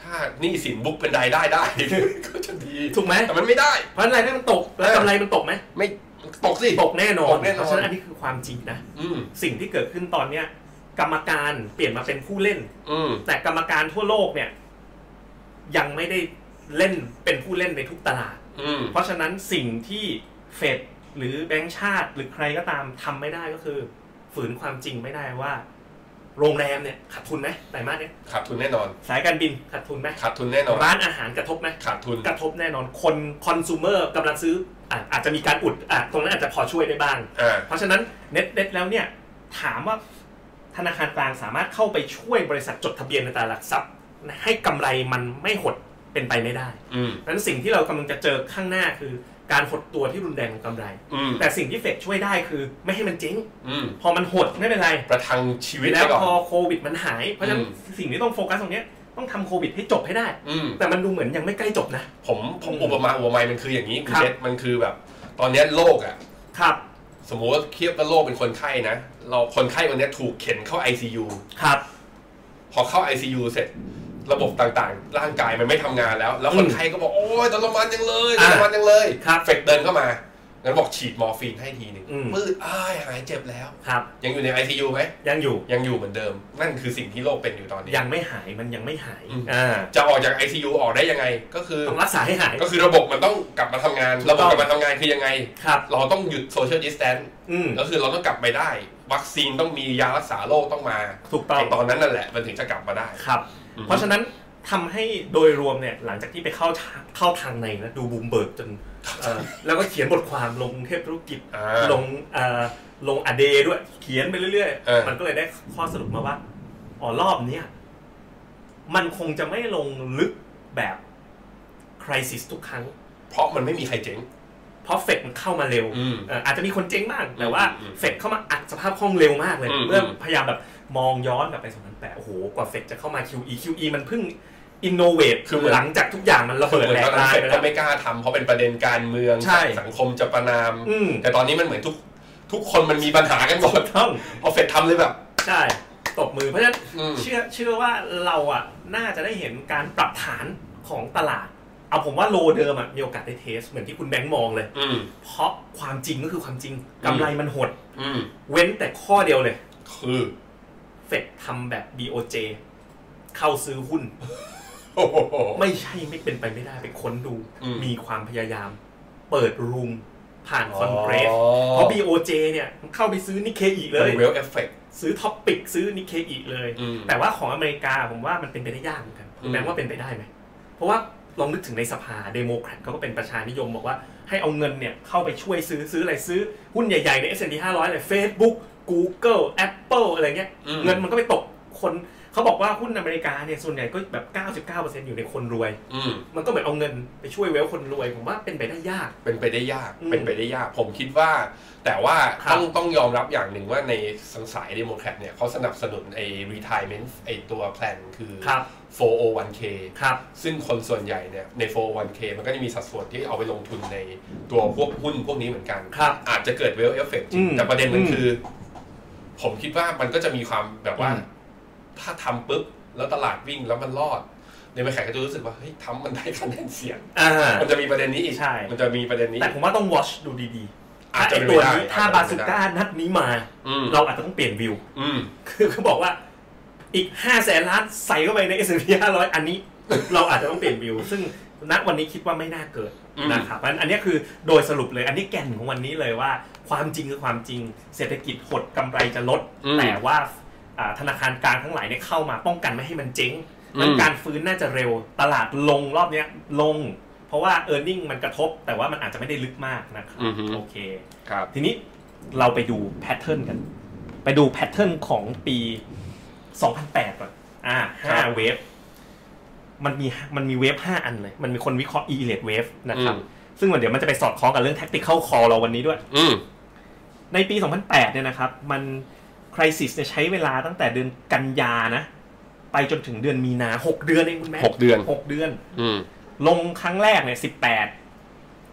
ถ้าหนี่สินบุ๊กเป็นรายได้ได้ ก็จะดี
ถูกไหม
แต่มันไม่ได้
เพราะรายได้มันตก แล้วกำไรมันตกไหม
ไม่ตกสิ
ตกแน่นอน
ตกแน่นอน
เพราะฉะนั้นอันนี้คือความจริงนะ
อืม
สิ่งที่เกิดขึ้นตอนเนี้ยกรรมการเปลี่ยนมาเป็นผู้เล่น
อืม
แต่กรรมการทั่วโลกเนี่ย ยังไม่ได้เล่นเป็นผู้เล่นในทุกตลาด
อืม
เพราะฉะนั้นสิ่งที่เฟดหรือแบงก์ชาติหรือใครก็ตามทำไม่ได้ก็คือ ฝืนความจริงไม่ได้ว่า โรงแรมเนี่ยขาดทุนไหมไตรมาสเนี่ย
ขาดทุนแน่นอน
สายการบินขาดทุนไหม
ขาดทุนแน่นอน
ร้านอาหารกระทบไหม
ขาดทุน
กระทบแน่นอนคนคอน sumer กำลังซื้ออ่ะอาจจะมีการอุดอ่ะตรงนั้นอาจจะพอช่วยได้บ้าง
อ่า
เพราะฉะนั้นเน็ตเน็ตแล้วเนี่ยถามว่าธนาคารกลางสามารถเข้าไปช่วยบริษัทจดทะเบียนในตลาดหลักทรัพย์ ให้กำไรมันไม่หดเป็นไปไม่ได้
อืม
นั้นสิ่งที่เรากำลังจะเจอข้างหน้าคือการหดตัวที่รุนแรงของกำไร
อืม
แต่สิ่งที่เฟดช่วยได้คือไม่ให้มันเจ๊ง
อืม
พอมันหดไม่เป็นไร
ประทังชีวิต
แล้
ไว้
ว
ก่อน
พอโควิดมันหาย เพราะฉะนั้น
อืม
สิ่งที่ต้องโฟกัสตรงเนี้ยต้องทำโควิดให้จบให้ได้
อืม
แต่มันดูเหมือนยังไม่ใกล้จบนะ
ผมผมอุปมาอุปไมยมันคืออย่างนี้คุณ
ครับ
เจษมันคือแบบ ตอนเนี้ยโลกอ่ะ
ครับ
สมมติว่าเทียบว่าโลกเป็นคนไข้นะ เราคนไข้วันเนี้ยถูกเข็นเข้า ICU
ครับ
พอเข้า ICU เสร็จระบบต่างๆ ร่างกายมันไม่ทำงานแล้ว แล้วคนไข้ก็บอก โอ้ยทรมานจังเลยท
อ่าร
มานจังเลย
ครับ
เฟกเดินเข้ามางั้นบอกฉีดมอร์ฟีนให้ทีหนึ่ง
อืม
มืดอ้ายหายเจ็บแล้ว
ครับ
ยังอยู่ใน ICU ไหม
ยังอยู่
ยังอยู่เหมือนเดิม นั่นคือสิ่งที่โลกเป็นอยู่ตอนนี้
ยังไม่หายมันยังไม่หาย
อืม
อ่า
จะออกจาก ICU ออกได้ยังไง ก็คือ
ต้องรักษาให้หาย
ก็คือระบบมันต้องกลับมาทำงาน
ถูกต้
ระ
อง
บบกลับมาทำงานคือยังไง
ครับ
เราต้องหยุดโซเชียลดิสแตนซ์
อืม
ก็คือเราต้องกลับไปได้ วัคซีนต้องมียารักษาโรคต้องมา
ถูกต้อง
ไอ้ตอนนั้นนั่นแหละมันถึงจะกลับมาได้
ครับ
อืม
เพราะฉะนั้นทำให้โดยรวมเนี่ยหลังจากที่ไปเข้าทางเข้าทางในนะดูบูมเบิร์กจนเอ่ อแล้วก็เขียนบทความลงกรุงเทพธุรกิจ
อ่า
ลงเอ่อลงอเดด้วย เขียนไปเรื่อย
เออ
มันก็เลยได้ข้อสรุปมาว่าอ๋อรอบเนี้ยมันคงจะไม่ลงลึกแบบคริสิสทุกครั้ง
เพราะมันไม่มีใครเจ๊ง
เพราะเฟดมันเข้ามาเร็ว
อืม
เอ่ออาจจะมีคนเจ๊งบ้างแต่ว่า
อืมอืม
เฟดเข้ามาอัดสภาพคล่องเร็วมากเลย
อืม
เมื่ออ
ม
พยายามแบบมองย้อนกลับไป2008โอ้โห กว่าเฟดจะเข้ามา QE QE มันเพิ่งอินโนเวท
คือเหมือน
หลังจากทุกอย่างมันระ
คือ
เบิด
เหมือ
แหล
นตอนนั้
กลาน ย
เฟด
ไป
ก็
แล้ว
ไม่กล้าทำเพราะเป็นประเด็นการเมือง
ใช่
สังคมจะประนาม
อืม
แต่ตอนนี้มันเหมือนทุกทุกคนมันมีปัญหากันหมด
ต้อง
พอเฟดทำเลยแบบ
ใช่ตบมือเพราะฉะนั้น
อืม
เชื่อเชื่อว่าเราอ่ะน่าจะได้เห็นการปรับฐานของตลาด เอาผมว่าโลเดิมอ่ะมีโอกาสได้เทส เหมือนที่คุณแบงค์มองเลย
อืม
เพราะความจริงก็คือความจริงกำไรมันหด
อืม
เว้นแต่ข้อเดียวเลย
คือ
เฟดทำแบบ BOJ เข้าซื้อหุ้น
โอ้โห
ไม่ใช่ไม่เป็นไปไม่ได้ไปค้นดู
อืม
มีความพยายาม เปิดรูมผ่านคอนเกรส เพราะ BOJ เนี่ยมันเข้าไปซื้อนิเคอีเล
เลย
ย
เวลเอฟเฟก
ซื้อท็อปปิกซื้อนิเคอีเลย
อืม
แต่ว่าของอเมริกาผมว่ามันเป็นไปได้ยากเหมือนกัน
อืม
แม้ว่าเป็นไปได้ไหม เพราะว่าลองนึกถึงในสภาเดโมแครตเขาก็เป็นประชานิยมบอกว่าให้เอาเงินเนี่ยเข้าไปช่วยซื้อซื้ออะไรซื้อหุ้นใหญ่ๆใน S&P 500อะไร Facebook Google Apple อะไรเงี้ย เงินมันก็ไปตกคนเขาบอกว่าหุ้นอเมริกาเนี่ยส่วนใหญ่ก็แบบ 99%อยู่ในคนรวย
อืม
มันก็เหมือนเอาเงินไปช่วยเวลคนรวยผมว่าเป็นไปได้ยาก
เป็นไปได้ยาก
อืม
เป็นไปได้ยาก ผมคิดว่า แต่ว่า
ครับ
ต้องต้องยอมรับอย่างหนึ่งว่าในสังสายเดโมแครตเนี่ยเขาสนับสนุนไอ้ retirement ไอ้ตัวแพลนคือ
ครับ
401k
ครับ
ซึ่งคนส่วนใหญ่เนี่ยใน 401k มันก็จะมีสัดส่วนที่เอาไปลงทุนในตัวพวกหุ้นพวกนี้เหมือนกัน
ครับ
อาจจะเกิดเวลเอฟเฟกจริง
อืม
แต่ประเด็นมัน
อืม
คือ ผมคิดว่ามันก็จะมีความแบบว่า
อืม
ถ้าทำปุ๊บ แล้วตลาดวิ่งแล้วมันรอดในไม่แข่ก็จะรู้สึกว่าเฮ้ยทำมันได้คะแนนเสียง
อ่า
มันจะมีประเด็นนี้อีก
ใช่
มันจะมีประเด็นนี้
แต่
อีก
ผมว่าต้อง watch ดูดีๆ
อา
ถ้า
จจะ
ไอ
เป็น
ตัว
ไปได้
นี้ถ้า
อาจจะ
บา
เป็น
สุ
ไปได้
ก้านัดนี้มา
อืม
เราอาจจะต้องเปลี่ยนวิว
อืม
คือ เขาบอกว่าอีก 5 แสนล้านใส่เข้าไปใน S&P 500 อันนี้ เราอาจจะต้องเปลี่ยนวิว ซึ่งณวันนี้คิดว่าไม่น่าเกิด
อืม
นะครับอันอันนี้คือโดยสรุปเลย อันนี้แก่นของวันนี้เลยว่า ความจริงคือความจริง เศรษฐกิจหดกำไรจะลด แต่ว่าอ่าธนาคารกลางทั้งหลายเนี่ยเข้ามาป้องกันไม่ให้มันเจ๊งมันการฟื้นน่าจะเร็ว ตลาดลงรอบเนี้ยลง เพราะว่าเออร์เน็งมันกระทบ แต่ว่ามันอาจจะไม่ได้ลึกมากนะครับ
อือฮึ
โอเค
ครับ
ทีนี้เราไปดูแพทเทิร์นกัน ไปดูแพทเทิร์นของปี 2008 ก่อน อ่าห้า
ครับ
เวฟ มันมีมันมีเวฟห้าอันเลย มันมีคนวิเคราะห์ e l a t e wave นะครับ
อืม
ซึ่งเดี๋ยวมันจะไปสอดคล้องกับเรื่อง tactical call เราวันนี้ด้วย
อืม
ในปี 2008 เนี่ยนะครับ มัน คริสิสเนี่ยใช้เวลาตั้งแต่เดือนกันยานะ ไปจนถึงเดือนมีนาหกเดือนเองคุณแม่
หกเดือน
หกเดือน
อืม
ลงครั้งแรกเนี่ยสิบแปด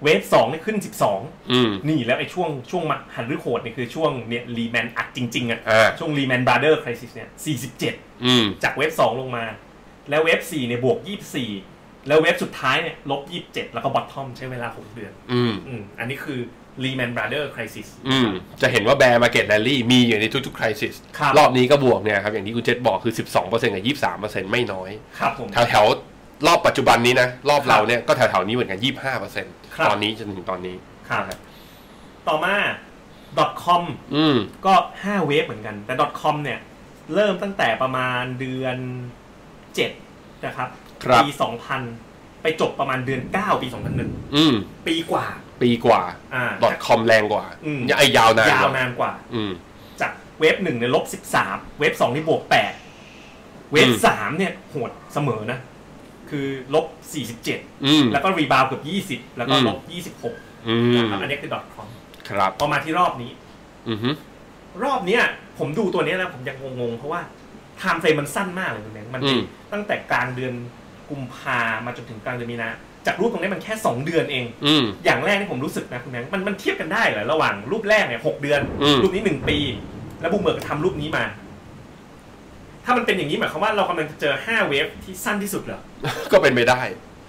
เวฟสองเนี่ยขึ้นสิบสอง
อืม
นี่แล้วไอ้ช่วงช่วงมหันฤกษ์โหดเนี่ยคือช่วงเนี่ยรีแมนอัดจริงๆอะ
อ่า
ช่วงรีแมนบาร์เดอร์คริสิสเนี่ยสี่สิบเจ็ด
อืม
จากเว็บ 2 ลงมา แล้วเว็บ 4 เนี่ย บวก 24 แล้วเว็บสุดท้ายเนี่ย ลบ 27 แล้วก็บอททอมใช้เวลา 6 เดือน
อืม
อืมอันนี้คือ Lehman Brothers Crisis
อืม จะเห็นว่าแบร์มาเก็ตแรลลี่มีอยู่ในทุกๆ crisis
ครับ
รอบนี้ก็บวกเนี่ยครับ อย่างที่คุณเจษบอกคือ 12%กับ 23%ไม่น้อย
ครับผม
แถวแถวๆรอบปัจจุบันนี้นะ รอบ
ครับ
เราเนี่ยก็แถวแถวๆนี้เหมือนกัน 25%
ครับ
ตอนนี้จนถึงตอนนี้
ครับ ต่อมา .com
อืม
ก็ 5 เว็บเหมือนกัน แต่ .com เนี่ย เริ่มตั้งแต่ประมาณเดือน 7 นะครับ
ครับ
ปี 2000 ไปจบประมาณเดือน 9 ปี 2001
อืม
ปีกว่า
ปีกว่า
อ่า
ดอทคอมแรงกว่า
อืม
ไอ้ยาวนาน
ยาก
ว่าน
วานกว่า
อืม
จากเว็บหนึ่งเนี่ยลบสิบสามเว็บสองนี่บวกแปดเว็บ
อืม
สามเนี่ยโหดเสมอนะ คือลบสี่สิบเจ็ด
อืม
แล้วก็รีบาวเกือบยี่สิบ20 แล้วก็
อืม
ลบยี่สิบหก
อืม
อันนี้คือ .com
ครับ
พอมาที่รอบนี้
อือฮึ
รอบเนี้ยผมดูตัวเนี้ยแล้วผมยังงงๆ เพราะว่าไทม์เฟรมมันสั้นมากเลยคุณแม่มัน
อืม
ตั้งแต่กลางเดือนกุมภามาจนถึงกลางเดือนมีนา จากรูปตรงนี้มันแค่ 2 เดือนเอง
อืม
อย่างแรกที่ผมรู้สึกนะคุณแม่มันมันเทียบกันได้เหรอระหว่างรูปแรกเนี่ยหกเดือน
อืม
รูปนี้หนึ่งปี แล้วบูมเบิร์กทำรูปนี้มา ถ้ามันเป็นอย่างนี้หมายความว่าเรากำลังจะเจอห้าเวฟที่สั้นที่สุดเหรอ
ก็เป็นไปได้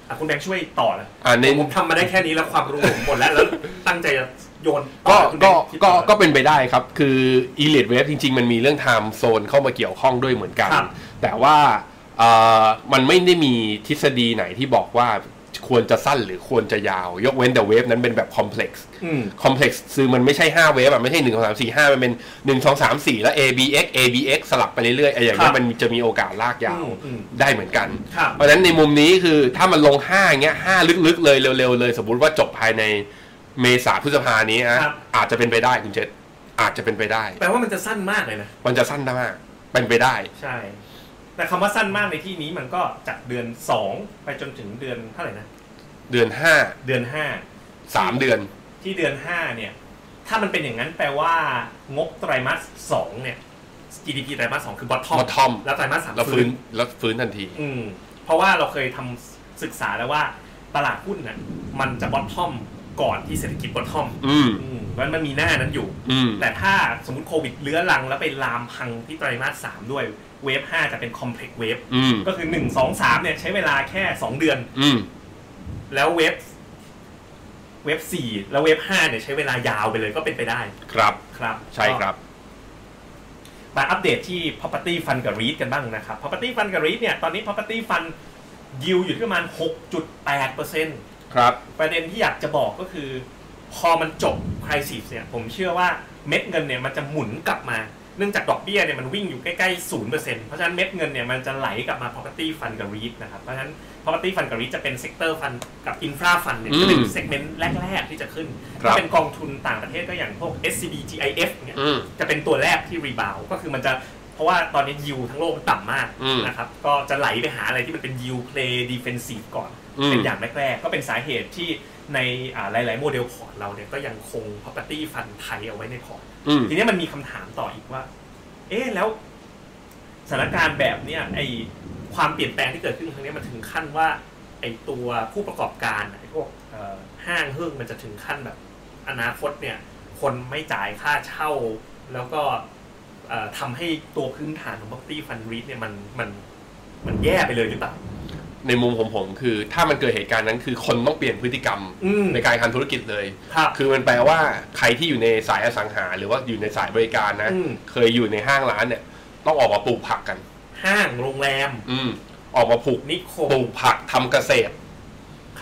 อ่ะคุณแบงค์ช่วยต่อเลย
อ่าเน้น
ผมทำมาได้แค่นี้แล้วความรู้ผมหมดแล้วแล้วตั้งใจจะโยนต่
ก็
อให้คุณแบ
ก็
งค์คิด
ก็
ต่อ
ก็เป็นไปได้ครับ คืออีเลดเวฟจริง ๆ มันมีเรื่องไทม์โซนเข้ามาเกี่ยวข้องด้วยเหมือนกัน
ครับ
แต่ว่าเอ่อมันไม่ได้มีทฤษฎีไหนที่บอกว่าควรจะสั้นหรือควรจะยาว ยกเว้นแต่เวฟนั้นเป็นแบบคอมเพล็กซ์
อืม
คอมเพล็กซ์คือมันไม่ใช่ 5 เวฟอะไม่ใช่ 1 2 3 4 5 มันเป็น 1 2 3 4 แล้ว ABX ABX สลับไปเรื่อยๆไอ้อย่าง
ค
เงี้
รั
ย
บ
มันจะมีโอกาสลากยาว
อืมอืม
ได้เหมือนกัน
ครับ
เพราะฉะนั้นในมุมนี้คือถ้ามันลง5เงี้ย5ลึกๆเลยเร็วๆเลย สมมติว่าจบภายในเมษาพฤษภานี้นะครับ อาจจะเป็นไปได้คุณเจษอาจจะเป็นไปได้
แปลว่ามันจะสั้นมากเลยนะ
มันจะสั้นมากเป็นไปได้
ใช่ แต่คำว่าสั้นมากในที่นี้มันก็จากเดือนสองไปจนถึงเดือนเท่าไหร่นะ
เดือนห้า
เดือนห้า
สามเดือน
ที่เดือน 5 เนี่ย ถ้ามันเป็นอย่างนั้นแปลว่างบไตรมาสสองเนี่ย GDP ไตรมาสสองคือบอททอม
bottom
แล้วไตรมาสสาม
แล้วฟื้นแล้วฟื้นทันที
อืมเพราะว่าเราเคยทำศึกษาแล้วว่าตลาดหุ้นน่ะมันจะบอททอมก่อนที่เศรษฐกิจบอททอม
อืม
อืมเพราะฉะนั้นมันมีหน้านั้นอยู่
อืม
แต่ถ้าสมมติโควิดเลื้อรังแล้วไปลามพังที่ไตรมาสสามด้วยเวฟห้าจะเป็นคอมเพล็กซ์เวฟ
อืม
ก็คือหนึ่งสองสามเนี่ยใช้เวลาแค่สองเดือน
อืม
แล้วเวฟเวฟสี่แล้วเวฟห้าเนี่ยใช้เวลายาวไปเลยก็เป็นไปได้
ครับ
ครับ
ใช่ครับ
ก็มาอัปเดตที่ property fund กับ REIT กันบ้างนะครับ property fund กับ REIT เนี่ย ตอนนี้ property fund ยิวอยู่ที่ประมาณ 6.8%
ครับ
ประเด็นที่อยากจะบอกก็คือ พอมันจบ crisis เนี่ย ผมเชื่อว่าเม็ดเงินเนี่ยมันจะหมุนกลับมา เนื่องจากดอกเบี้ยเนี่ยมันวิ่งอยู่ใกล้ๆ 0%เพราะฉะนั้นเม็ดเงินเนี่ยมันจะไหลกลับมา property fund กับ REIT นะครับ เพราะฉะนั้น property fund กับ REIT จะเป็น sector fund กับ infra fund เนี่ยจะเป็น
อืม
segment แรกๆที่จะขึ้น
ครับ
ถ้าเป็นกองทุนต่างประเทศก็อย่างพวก SCB GIF เนี่ย
อืม
จะเป็นตัวแรกที่รีบาวด์ก็คือมันจะเพราะว่าตอนนี้ยิวทั้งโลกมันต่ำมาก
อืม
นะครับ ก็จะไหลไปหาอะไรที่มันเป็นยิวเพลย์ดีเฟนซีฟก่อน
อืม
เป็นอย่างแรกๆ ก็เป็นสาเหตุที่ในอ่าหลาย ๆ โมเดลพอร์ตเราเนี่ยก็ยังคง property fund ไทยเอาไว้ในพอร์ต
อืม
ทีนี้มันมีคำถามต่ออีกว่า เอ๊ะแล้วสถานการณ์แบบเนี้ยไอความเปลี่ยนแปลงที่เกิดขึ้นครั้งเนี้ยมันถึงขั้นว่า ไอตัวผู้ประกอบการอะไอพวกเอ่อห้างเฮิ่งมันจะถึงขั้นแบบ อนาคตเนี่ย คนไม่จ่ายค่าเช่า แล้วก็เอ่อทำให้ตัวพื้นฐานของ property fund REIT เนี่ยมันมันมันแย่ไปเลยหรือเปล่า
ในมุมผมผมคือ ถ้ามันเกิดเหตุการณ์นั้นคือคนต้องเปลี่ยนพฤติกรรม
อืม
ในการทำธุรกิจเลย
ครับ
คือมันแปลว่าใครที่อยู่ในสายอสังหา หรือว่าอยู่ในสายบริการนะ
อืม
เคยอยู่ในห้างร้านเนี่ย ต้องออกมาปลูกผักกัน
ห้างโรงแรม
อืม ออกมาปลูก
นิคม
ปลูกผักทำเกษตร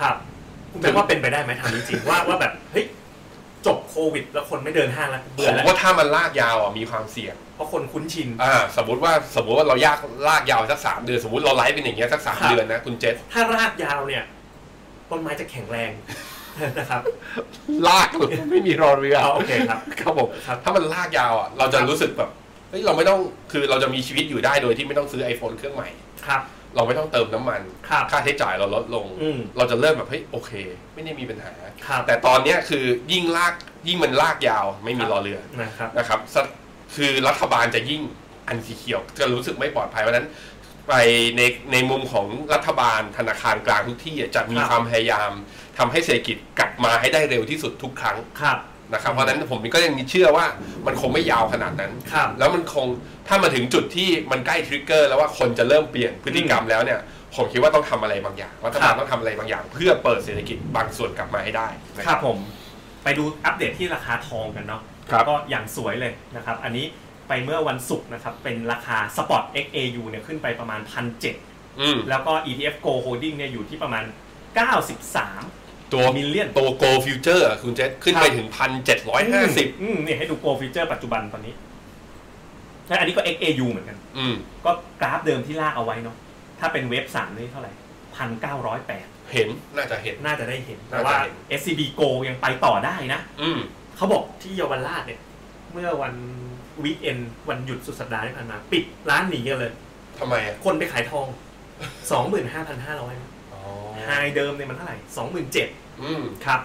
ครับคุณแปลว่าเป็นไปได้ไหมถามจริงๆว่าว่าแบบเฮ้ยจบโควิด แล้วคนไม่เดินห้างแล้ว
ผ
เบื่อ
ม
แล้ว
ว่าถ้ามันลากยาวอ่ะมีความเสี่ยง
เพราะคนคุ้นชิน
อ่า สมมติว่าสมมติว่าเรายากลากยาวสักสามเดือนสมมติเราไลฟ์เป็นอย่างเงี้ยสักสาม
ครับ
เดือนนะคุณเจษ
ถ้ารากยาวเนี่ย ต้นไม้จะแข็งแรง นะครับ
ลาก เลยไม่มีรอเรือ
อ๋อโอเคครับ
ครับผม
ครับ
ถ้ามันลากยาวอ่ะเราจะ
ครับ
รู้สึกแบบเฮ้ยเราไม่ต้องคือเราจะมีชีวิตอยู่ได้โดยที่ไม่ต้องซื้อ iPhone เครื่องใหม่
ครับ
เราไม่ต้องเติมน้ำมัน
ครับ
ค่าใช้จ่ายเราลดลง
อืม
เราจะเริ่มแบบเฮ้ยโอเค ไม่ได้มีปัญหา
ครับ
แต่ตอนเนี้ยคือยิ่งลากยิ่งมันลากยาวไม่มีรอเรือ
นะครับ
นะครับส คือรัฐบาลจะยิ่งอันสีเขียวจะรู้สึกไม่ปลอดภัยเพราะฉะนั้น ไปในในมุมของรัฐบาลธนาคารกลางทุกที่อ่ะจะมี
ครับ
ความพยายามทำให้เศรษฐกิจกลับมาให้ได้เร็วที่สุดทุกครั้ง
ครับ
นะครับเพราะฉะนั้นผมก็ยังมีเชื่อว่ามันคงไม่ยาวขนาดนั้น
ครับ
แล้วมันคงถ้ามาถึงจุดที่มันใกล้ทริกเกอร์แล้วว่าคนจะเริ่มเปลี่ยนพฤติกรรมแล้วเนี่ย ผมคิดว่าต้องทำอะไรบางอย่างรัฐบา
ครั
ล
บ
ต้องทำอะไรบางอย่าง เพื่อเปิดเศรษฐกิจบางส่วนกลับมาให้ได้นะ
ครับผมไปดูอัปเดตที่ราคาทองกันเนาะ
ครับ
ก็อย่างสวยเลยนะครับ อันนี้ไปเมื่อวันศุกร์นะครับ เป็นราคาสปอต XAU เนี่ยขึ้นไปประมาณ 1,700
อืม
แล้วก็ ETF Go Holding เนี่ยอยู่ที่ประมาณ 93
ตัว
Million
ตัว Go Future อะคุณเจษขึ้นไป
ครับ
ถึงพันเจ็ดร้อยห้าสิบ
อืมเนี่ยให้ดู Go Future ปัจจุบันตอนนี้และอันนี้ก็ XAU เหมือนกัน
อืม
ก็กราฟเดิมที่ลากเอาไว้เนาะถ้าเป็นเว็บ3นี่เท่าไหร่ 1,908
เห็นน่าจะเห็น
น่าจะได้เห็นแต่
น่าจะ
ว่า
เห็น
SCB Go ยังไปต่อได้นะ
อืม
เขาบอกที่เยาวราชเนี่ย เมื่อวันวีคเอนวันหยุดสุดสัปดาห์ที่ผ่านมา ปิดร้านหนีกันเลย
ทำไมอ่ะ
คนไปขายทอง 25,500
อ๋อ
ไฮเดิมเนี่ยมันเท่าไหร่ 27,000
อืม
ครับ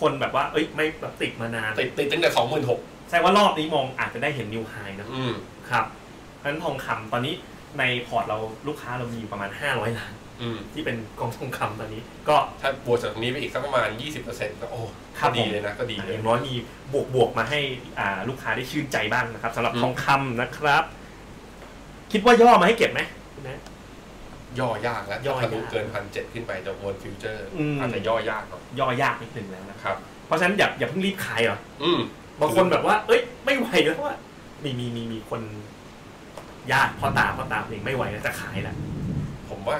คนแบบว่า เอ้ย ไม่แบบติดมานาน
ติดติดตั้งแต่สองหมื่นหก
แสดงว่ารอบนี้มองอาจจะได้เห็นนิวไฮนะ
อืม
ครับเพราะฉะนั้นทองคำตอนนี้ในพอร์ตเราลูกค้าเรามีอยู่ประมาณ 500 ล้าน
อืม
ที่เป็นกองทองคำตอนนี้ ก็
ถ้าบวกจากตรงนี้ไปอีกสักประมาณยี่สิบเปอร์เซ็นต์ก็โอ้
ครั
ก็
บ
ดี
ผม
เลยนะก็ดีเล
อย ย่างน้อยมีบวกบวกๆมาให้อ่าลูกค้าได้ชื่นใจบ้างนะครับสำหรับ
อืม
ทองคำนะครับ คิดว่าย่อมาให้เก็บไหมนะ
ย่อยากแล้ว
ย่อยาก
ถ้าทะลุเกินพันเจ็ดขึ้นไปจะวนฟิวเจอร์
อืม
อาจจะย่อยากหน่อย
ย่อยากนิดหนึ่งแล้วนะครับ เพราะฉะนั้นอย่าอย่าเพิ่งรีบขายเหรอ
อืม
บางคนแบบว่า เอ้ย ไม่ไหวแล้วว่ามีมีมีมีคนญาติพ่อตาพ่อตาเองไม่ไหวแล้วจะขายแหละ
ผมว่า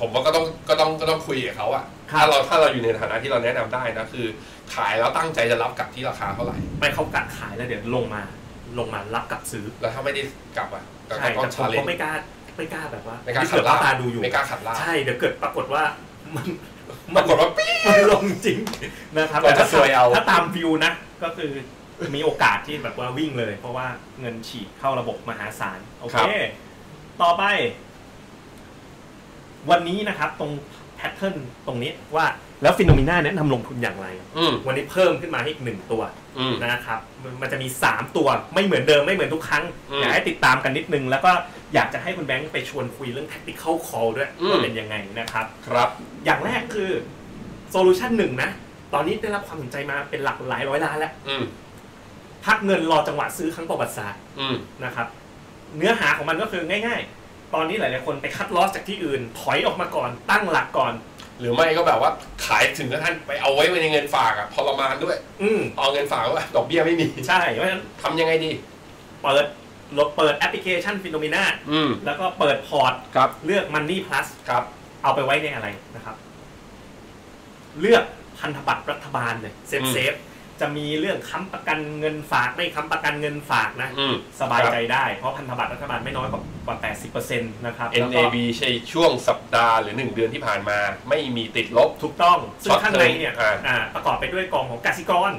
ผมว่าก็ต้องก็ต้องก็ต้องคุยกับเขาอะ
ครับ
ถ้าเราถ้าเราอยู่ในฐานะที่เราแนะนำได้นะคือ ขายแล้วตั้งใจจะรับกลับที่ราคาเท่าไหร่
ไม่เขากะขายแล้วเดี๋ยวลงมา ลงมารับกลับซื้อ
แล้วถ้าไม่ได้กลับอะก็
ใช่
ต้อ
แต่
ง
ผ
ชาม เล
ก็
นจ์
ไม่กล้าไม่กล้าแบบว่า
ไม่กล้าขั
เกิ
ด
ด
ลา
พ่
บ
อตาดูอยู่
ไม่กล้าขัดลาบ
ใช่เดี๋ยวเกิดปรากฏว่ามัน
ป
มั
ราน กฏว่าปี๊ด
มันลงจริงนะครับ
ก่อนจะซวยเอา
ถ้าตามวิวนะ ก็คือมีโอกาสที่แบบว่าวิ่งเลย เพราะว่าเงินฉีดเข้าระบบมหาศาล โอเค ต่อไป วันนี้นะครับ ตรงแพทเทิร์นตรงนี้ว่าแล้วฟิโนมิน่าแนะนำลงทุนอย่างไร
อืม
วันนี้เพิ่มขึ้นมาให้อีกหนึ่งตัว
อืม
นะครับมันมันจะมี 3 ตัวไม่เหมือนเดิมไม่เหมือนทุกครั้ง
อืม
อยากให้ติดตามกันนิดนึง แล้วก็อยากจะให้คุณแบงค์ไปชวนคุยเรื่อง tactical call ด้วย
อืม
ว่าเป็นยังไงนะครับ
ครับ
อย่างแรกคือโซลูชันหนึ่งนะ ตอนนี้ได้รับความสนใจมาเป็นหลักหลายร้อยล้านแล้ว
อืม
พักเงินรอจังหวะซื้อครั้งประวัติศาสตร์
อืม
นะครับ เนื้อหาของมันก็คือง่ายๆ ตอนนี้หลายๆคนไปคัดลอสจากที่อื่น ถอยออกมาก่อนตั้งหลักก่อน
หรือไม่ก็แบบว่าขายถึงกระทั่งไปเอาไว้ในเงินฝากอะพอประมาณด้วย
อืม
เอาเงินฝากว่าดอกเบี้ยไม่มี
ใช่เพราะฉะนั้น
ทำยังไงดี
เปิดลบเปิดแอปพลิเคชันฟิโนเมนา
อืม
แล้วก็เปิดพอร์ต
ครับ
เลือก Money Plus
ครับ
เอาไปไว้ในอะไรนะครับ เลือกพันธบัตรรัฐบาลเลยเซฟ
อืม
เซฟจะมีเรื่องค้ำประกันเงินฝากไม่ค้ำประกันเงินฝากนะ
อืม
สบายใจได้ เพราะพันธบัตรรัฐบาลไม่น้อยกว่ากว่า 80%นะครับแล้วก็
NAB ใช่ช่วงสัปดาห์หรือ 1 เดือนที่ผ่านมา ไม่มีติดลบ
ถูกต้อง ซึ่ง
Short
ข้างในเนี่ย
term อ่า
อ่าประกอบไปด้วยกองของกสิกร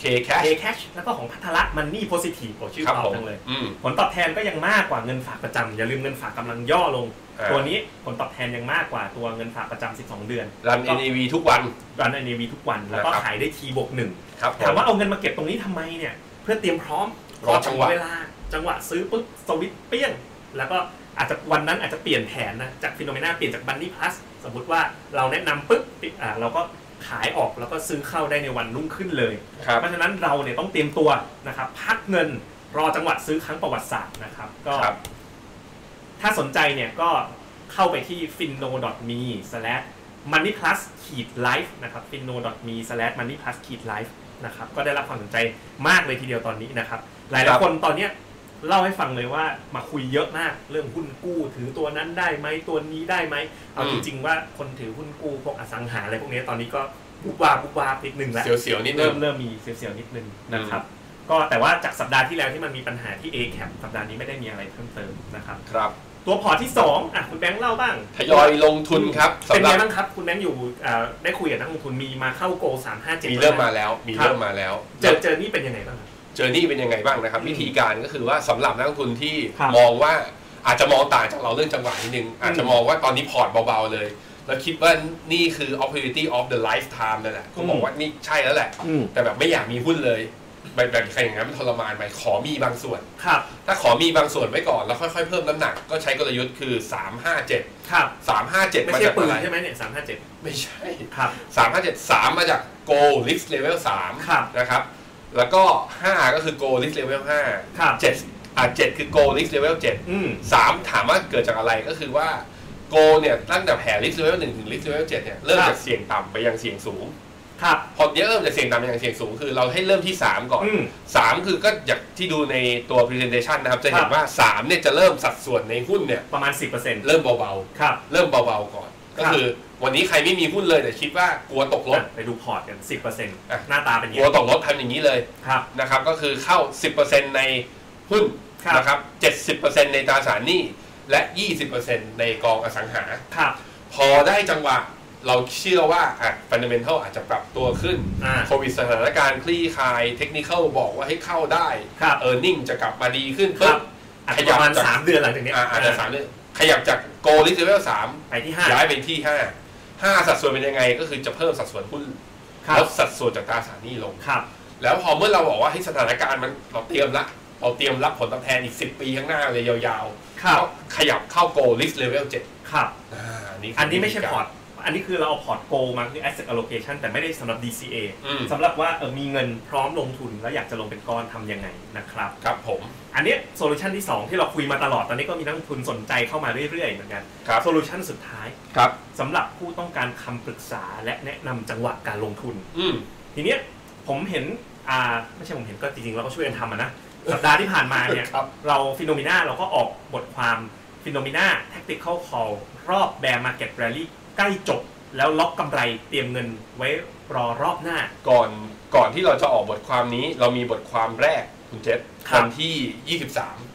K
a
Cash
c a s h แล้วก็ของพัทละมันนี่โพสิทีฟโอชื่อ
ครับ
เขา
ผม
จังเลย
อืม
ผลตอบแทนก็ยังมากกว่าเงินฝากประจำอย่าลืมเงินฝากกำลังย่อลง
อ่า
ตัวนี้ผลตอบแทนยังมากกว่าตัวเงินฝากประจำ12 เดือน
รัน
ก็
NAV ทุกวัน
รันเอนีวีทุกวัน แล้วก็
นะครับ
ขายได้ทีบวกหนึ่ง
ครับผ
ถามว่าเอาเงินมาเก็บตรงนี้ทำไมเนี่ย เพื่อเตรียมพร้อม
รอจังหวะ
พถึเวลา จังหวะซื้อปุ๊บสวิตช์เปี้ยง แล้วก็อาจจะวันนั้นอาจจะเปลี่ยนแผนนะ จากฟิโนเมนาเปลี่ยนจากบันนี่พลัสสมมติว่าเราแนะนำปุ๊บอ่าเราก็ขายออกแล้วก็ซื้อเข้าได้ในวันรุ่งขึ้นเลย
ครับ
เพราะฉะนั้นเราเนี่ยต้องเตรียมตัวนะครับ พักเงินรอจังหวะซื้อครั้งประวัติศาสตร์นะครับ ก็
ครับ
ถ้าสนใจเนี่ยก็เข้าไปที่ finno.me money plus life นะครับ finno.me money plus life นะครับก็ได้รับความสนใจมากเลยทีเดียวตอนนี้นะครับ หลาย
ค
ห
รั
ลาย
บ
คนตอนเนี้ยเล่าให้ฟังเลยว่ามาคุยเยอะมากเรื่องหุ้นกู้ถือตัวนั้นได้ไหมตัวนี้ได้ไหมเอาจริงๆว่าคนถือหุ้นกู้พวกอสังหาอะไรพวกเนี้ยตอนนี้ก็บุบวาบบุบวาบนิดนึงแล้ว
เสียวๆนิดนึ
เริ่
ง
มเริ่มมีเสียวๆนิดนึงนะครับ ก็แต่ว่าจากสัปดาห์ที่แล้วที่มันมีปัญหาที่ A-CAP สัปดาห์นี้ไม่ได้มีอะไรเพิ่มเติมนะครับ
ครับ
ตัวพอร์ตที่ 2อ่ะคุณแบงค์เล่าบ้าง
ทยอยลงทุนครับ
เป็น
สำหรั
ไง
บ
บ้างครับ คุณแบงค์อยู่อ่าได้คุยกับนักลงทุนมีมาเข้าโกสามห้าเจ็ด
มีเริ่มมาแล้ว มี
ครับ
เริ่มมาแล้ว
เจอเจอนี่เป็นยังไงบ้างครับ
เจอร์นี่เป็นยังไงบ้างนะครับ
อืม
วิธีการก็คือว่าสำหรับนักลงทุนที่
ครับ
มองว่าอาจจะมองต่างจากเราเรื่องจังหวะนิดนึง อาจจะมองว่าตอนนี้พอร์ตเบาๆเลย แล้วคิดว่านี่คือ opportunity of the lifetime นั่นแหละก็บอกว่านี่ใช่แล้วแหละ
อืม
แต่แบบไม่อยากมีหุ้นเลย ไปแบ่งใครอย่างนั้นมันทรมานไปขอมีบางส่วน
ครับ
ถ้าขอมีบางส่วนไว้ก่อนแล้วค่อยๆเพิ่มน้ำหนักก็ใช้กลยุทธ์คือ 357
ครับ
357
ไม่ใช่ปืน
อะไร
ใช่ไหมเนี่ยสามห้าเจ็ด
ไม่ใช่
ครับ
357 3 มาจาก Go List Level 3
ครับ
นะครับ แล้วก็ 5 ก็คือ Go List Level 5
ครับ
7อ่ะ7คือ Go List Level 7
อืม
สามถามว่าเกิดจากอะไรก็คือว่าโกเนี่ยตั้งแต่แผลลิสต์เลเวลหนึ่งถึงลิสต์เลเวลเจ็ดเนี่ยเริ่ม
ครับ
จากเสี่ยงต่ำไปยังเสี่ยงสูง
ครับ
พอเนี้ยเริ่มจากเสี่ยงต่ำไปยังเสี่ยงสูงคือเราให้เริ่มที่ 3 ก่อน
อืม
3 คือก็อย่างที่ดูในตัว presentation นะครับ จะเห็
คน รับ
ว่า 3 เนี่ยจะเริ่มสัดส่วนในหุ้นเนี่ย
ประมาณสิบเปอร์เซ็นต์
เริ่มเบา
ครับ
ๆ เริ่มเบาๆก่อน ก็
ครับ
คือวันนี้ใครไม่มีหุ้นเลยแต่คิดว่ากลัวตกรถ
อ่ะไปดูพอร์ตกันสิบเปอร์เซ็นต์
อ่ะ
หน้าตาเป็นยัง
กลั
ไง
วตกรถทำอย่างนี้เลย
ครับ
นะครับก็คือเข้า 10%ในหุ้น
ครับ
นะครับ70%ในตราสารหนี้และ 20%ในกองอสังหา
ครับ
พอได้จังหวะเราเชื่อว่าอ่ะฟันเดเมนทัลอาจจะปรับตัวขึ้น
อ่า
โควิดสถานการณ์คลี่คลายเทคนิคอลบอกว่าให้เข้าได้
ครับ
เออร์เน็งจะกลับมาดีขึ้น
ครั
ปุ๊
บบ อาจ
ข
จะ
ยั
ป
บ
ระมาณ
จาก
สามเดือนหลังจากเนี้ย
อ่าอาจจะสามเรื่องขยับจากโกลิสเลเวลสาม
ไปที่ห้า
ย้ายไปที่ห้าห้าสัดส่วนเป็นยังไงก็คือจะเพิ่มสัดส่วนหุ้น
ครับ
ลดสัดส่วนจากตราสารหนี้ลง
ครับ
แล้วพอเมื่อเราบอกว่าให้สถานการณ์มันเราเตรียมละเราเตรียมรับผลตอบแทนอีก 10 ปีข้างหน้าเลยยาวๆ
ครับ
ก็ขยับเข้าโกลิสเลเวลเจ็ด
ครับ
อ่าคื
อันนี้ไม่ใช่
วิธี
พ
กา
อ
ร
ร์ต อันนี้คือเราเอาพอร์ตโกมาคือ asset allocation แต่ไม่ได้สำหรับ DCA
อืม
สำหรับว่าเออมีเงินพร้อมลงทุนแล้วอยากจะลงเป็นก้อนทำยังไงนะครับ
ครับผม
อันเนี้โซลูชันที่ 2 ที่เราคุยมาตลอดตอนนี้ก็มีนักลงทุนสนใจเข้ามาเรื่อยๆเหมือนกัน
ครับ
โซลูชันสุดท้าย
ครับ
สำหรับผู้ต้องการคำปรึกษาและแนะนำจังหวะการลงทุน
อืม
ทีเนี้ยผมเห็นอ่าไม่ใช่ผมเห็นก็จริงๆเราก็ช่วยกันทำ อะนะ สัปดาห์ที่ผ่านมาเนี่ย
ครับ
เราฟิโนมิน่าเราก็ออกบทความฟิโนมิน่า tactical call รอบแบร์มาเก็ตแรลลี่ใกล้จบ แล้วล็อกกำไรเตรียมเงินไว้รอรอบหน้า
ก่อนก่อนที่เราจะออกบทความนี้ เรามีบทความแรกคุณเจษ
ครั
วั
บ
นที่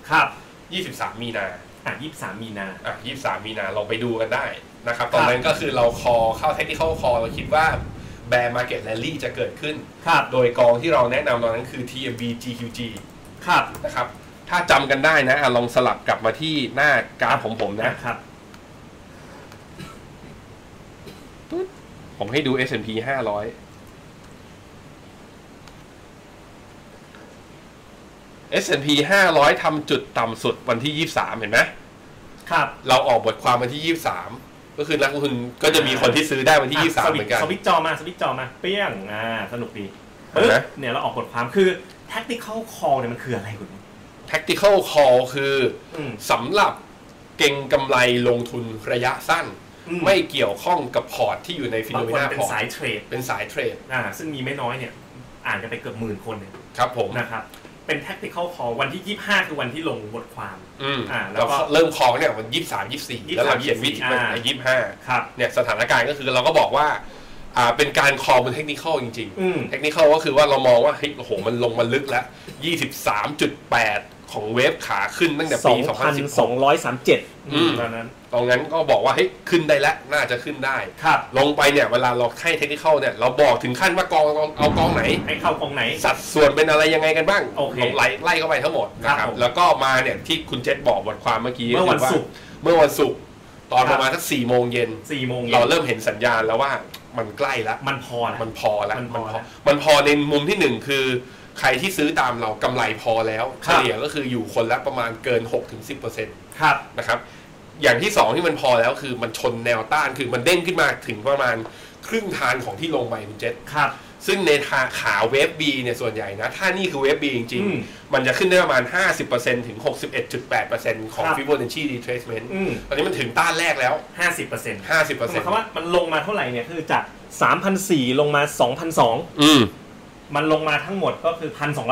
ครับ
23 23 มีนา
อ่ะ23 มีนา
อ่ะ23 มีนาลองไปดูกันได้นะครับ ตอ
ครั
น
บ
นั้นก็คือเราคอเข้าเทคนิคคอเราคิดว่าแบร์มาเก็ตแรลลี่จะเกิดขึ้น
ครับ
โดยกองที่เราแนะนำตอนนั้นคือ TMB GQG
ครับ
นะครับ ถ้าจำกันได้นะอ่ะลองสลับกลับมาที่หน้ากราฟของผมนะ
ครับ
ผมให้ดู S&P 500 S&P 500ทำจุดต่ำสุดวันที่ 23 เห็นไหม
ครับ
เราออกบทความวันที่ 23 ก็คือนักลงทุนก็จะมีคนที่ซื้อได้วันที่
อ่ะ
23 เหมือนกัน
สวิตช์จอมาสวิตช์จอมาเปี้ยงอ่าสนุกดี
เห็นไหม
ปึ๊บเนี่ยเราออกบทความคือ tactical call เนี่ยมันคืออะไรคุณ
tactical call คือ
อืม
สำหรับเก่งกำไรลงทุนระยะสั้น
อืม
ไม่เกี่ยวข้องกับพอร์ตที่อยู่ในฟิ
บา
โนเม
งคน
นา
เป็น
พอร์
สา
ต
ยเทรด
เป็นสายเทรด
อ่าซึ่งมีไม่น้อยเนี่ย อ่านกันไปเกือบหมื่นคนเนี่ย
ครับผม
นะครับ เป็น tactical call วันที่ 25 คือวันที่ลงบทความ
อืม
อ่าแล้
เรา
วก็
เริ่มคลองเนี่ยวันยี่สามยี่สี่แล้วเราเขียนวิธีมัน
อ่า
ยี่ห้า
ครับ
เนี่ยสถานการณ์ก็คือเราก็บอกว่าอ่าเป็นการคอลเป็นเทคนิคอลจริง
อืม
ๆ เทคนิคอลก็คือว่าเรามองว่าเฮ้ยโอ้โหมันลงมาลึกแล้ว 23.8 ของเวฟขาขึ้นตั้งแต่ปี 2016
2,237
อืม
ตอนนั้น
ตอนนั้นก็บอกว่าเฮ้ยขึ้นได้แล้วน่าจะขึ้นได้
ครับ
ลงไปเนี่ยเวลาเราให้เทคนิคอลเนี่ยเราบอกถึงขั้นว่ากองเอาเอากองไหน
ให้เข้ากองไหน
สัดส่วนเป็นอะไรยังไงกันบ้าง
โอเค
ลงไล่ไล่เข้าไปทั้งหมดนะค
ค
รั
รับบ ผม
แล้วก็มาเนี่ยที่คุณเจษบอกบทความเมื่อกี้
เมื่อวันศุกร์
เมื่อวันศุกร์ตอนประมาณสักสี่โมงเย็น
4โมงเย็
เรา
น
เริ่มเห็นสัญญาณแล้วว่ามันใกล้แล้ว
มันพอละ
มันพอแล้ว
มั
มัน น
พ
พ
อ
อ
แล้ว
มันพอในมุมที่หนึ่งคือใครที่ซื้อตามเรากำไรพอแล้ว
ค
เฉ
รับ
ลี่ยก็คืออยู่คนละประมาณเกิน 6-10%
ครับ
นะครับ อย่างที่สองที่มันพอแล้วคือมันชนแนวต้านคือมันเด้งขึ้นมาถึงประมาณครึ่งทางของที่ลงไปคุณเจษ
ครับ
ซึ่งในทางขาเวฟบีเนี่ยส่วนใหญ่นะ ถ้านี่คือเวฟบีจริง
อืม
ๆ มันจะขึ้นได้ประมาณ 50%ถึง 61.8%ของ
ครับ
ฟิโบนัชชีดีเทรสเมนต์
อืม
ตอนนี้มันถึงต้านแรกแล้ว
50เปอร์เซ็นต์
50%
หมายความว่ามันลงมาเท่าไหร่เนี่ย คือจาก
3,004 ลงมา 2,002
อืม
มันลงมาทั้งหมดก็คือ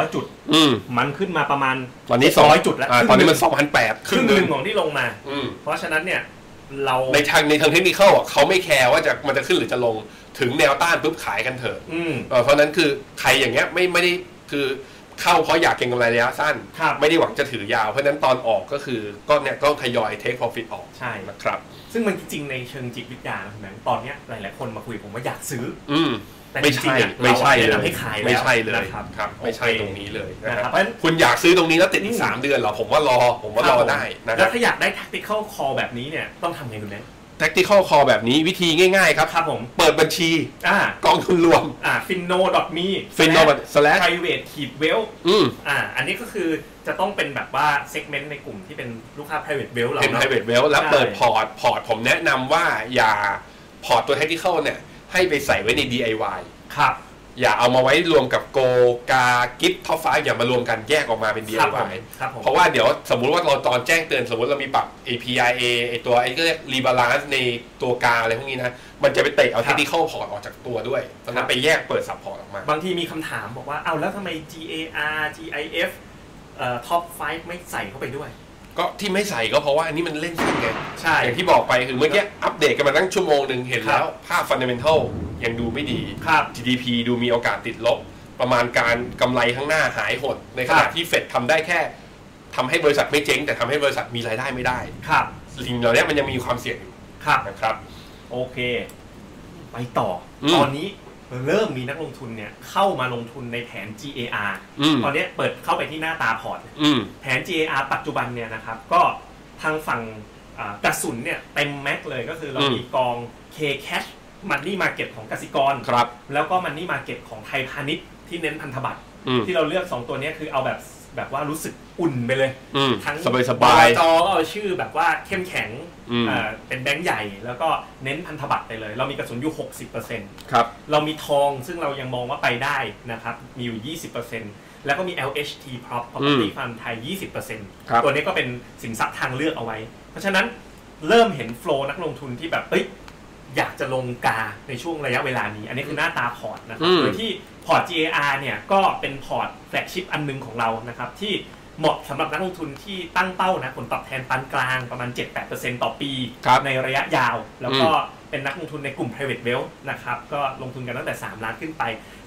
1,200 จุด
อืม
มันขึ้นมาประมาณ
ตอนนี้สอง
ร้อยจุดแล้ว
าตอนนี้มันสองพันแปด
ครึ่งหนึ่งของที่ลงมา
อืม
เพราะฉะนั้นเนี่ย เรา
ในทางในทางเทคนิคอ่ะเขาไม่แคร์ว่าจะมันจะขึ้นหรือจะลงถึงแนวต้านปุ๊บขายกันเถอะ
อืม
เออเพราะฉะนั้นคือใครอย่างเงี้ยไม่ไม่ได้คือเข้าเพราะอยากเก็งกำไรระยะสั้น
ครับ
ไม่ได้หวังจะถือยาว เพราะฉะนั้นตอนออกก็คือก็เนี่ยก็ทยอย take profit ออก
ใช่
นะครับ
ซึ่งมันจริงๆในเชิงจิตวิทยานะคุณแบงค์ตอนเนี้ยหลาย ๆ คนมาคุยผมว่าอยากซื้อ
อืม
แต่
ไม่
จริง
ใช่
ๆอะ
ไม่ใช่
รา
เล
แนะ
ย
นำให้ขายแล้ว
ไม่ใช่เลย
นะครับ
ครับไม่ใช่
โอเค
ตรงนี้เลยนะ
นะ
ค
ครั
รั
บบ เพราะฉะนั้น
คุณอยากซื้อตรงนี้แล้วติดอี
อื
ก
ม
สามเดือนเหรอผมว่ารอผมว่ารอได้นะค
แล้
รั
ว
บ
ถ้าอยากได้ tactical call แบบนี้เนี่ยต้องทำไงคุณแม่
tactical call แบบนี้วิธีง่ายๆครับ
ครับผม
เปิดบัญชี
อ่าก
องทุนรวม
อ่า finno.me
Finno slash
private ขีด well
อืม
อ่า อันนี้ก็คือจะต้องเป็นแบบว่า segment ในกลุ่มที่เป็นลูกค้า private well เรา
เป็น
เนาะ
private wealth แล้วเปิด
ใช่
พอร์ต พอร์ตผมแนะนำว่าอย่าพอร์ตตัว tactical เนี่ย ให้ไปใส่ไว้ใน DIY
ครับ
อย่าเอามาไว้รวมกับโกกากิฟท็อปฟ้าอย่ามารวมกันแยกออกมาเป็น
ครับ
DIY
ผมครับผม
เพราะว่าเดี๋ยวสมมุติว่าเราตอนแจ้งเตือนสมมุติเรามีปรับ APIA ไอตัวไอ้ก็เรียก rebalance ในตัวกาอะไรพวกนี้นะ มันจะไปเตะเอา
ครับ
tactical พอร์ตออกจากตัวด้วยดังนั้
ค
น
รับ
ไปแยกเปิด sub port ออกมา
บางทีมีคำถามบอกว่าเอาแล้วทำไม GAR GIF เอ่อ top 5 ไม่ใส่เข้าไปด้วย
ก็ที่ไม่ใส่ก็เพราะว่าอันนี้มันเล่นเส้นไง
ใช่
อย่างที่บอกไปคือเมื่อกี้อัปเดตกันมาตั้งชั่วโมงหนึ่งเห็น
ครับ
แล้ว ภาพฟันเดเมนทัลยังดูไม่ดี
ครับ
GDP ดูมีโอกาสติดลบ ประมาณการกำไรข้างหน้าหายหด ในข
ครั
ณะ
บ
ที่เฟดทำได้แค่ทำให้บริษัทไม่เจ๊ง แต่ทำให้บริษัทมีรายได้ไม่ได้
ครับ
สิ่งเหล่านี้มันยังมีความเสี่ยงอยู่
ครับ
นะครับ
โอเค ไปต่ออ
ม
ตอนนี้เริ่มมีนักลงทุนเนี่ยเข้ามาลงทุนในแผน GAR
อืม
ตอนเนี้ยเปิดเข้าไปที่หน้าตาพอร์ต
อืม
แผน GAR ปัจจุบันเนี่ยนะครับ ก็ทางฝั่งอ่ากระสุนเนี่ยเต็มแม็กเลยก็คือเรา
อืม
มีกอง K Cash Money Market ของกสิกร
ครับ
แล้วก็ Money Market ของไทยพาณิชย์ที่เน้นพันธบัตร
อืม
ที่เราเลือก 2 ตัวเนี้ยคือเอาแบบแบบว่ารู้สึกอุ่นไปเลย
อืม
ทั้ง
สบายสบาย
จอก็เอาชื่อแบบว่าเข้มแข็ง
อืม
เอ่อเป็นแบงก์ใหญ่ แล้วก็เน้นพันธบัตรไปเลย เรามีกระสุนอยู่ 60%
ๆครับ
เรามีทองซึ่งเรายังมองว่าไปได้นะครับ มีอยู่ 20%แล้วก็มี LHT Prop Property
อืม
Fund ไทย
ครับ
20%ตัวนี้ก็เป็นสินทรัพย์ทางเลือกเอาไว้ เพราะฉะนั้นเริ่มเห็นโฟลนักลงทุนที่แบบเอ้ยอยากจะลงกาในช่วงระยะเวลานี้ อันนี้คือหน้าตาพอร์ตนะครับ
อืม
โดยที่พอร์ต GAR เนี่ยก็เป็นพอร์ตแฟลกชิพอันหนึงของเรานะครับที่เหมาะสำหรับนักลงทุนที่ตั้งเป้านะผลตอบแทนปานกลางประมาณ 7-8%ต่อปี
ครับ
ในระยะยาว แล้วก็เป็นนักลงทุนในกลุ่ม private wealth นะครับก็ลงทุนกันตั้งแต่ 3 ล้านขึ้นไป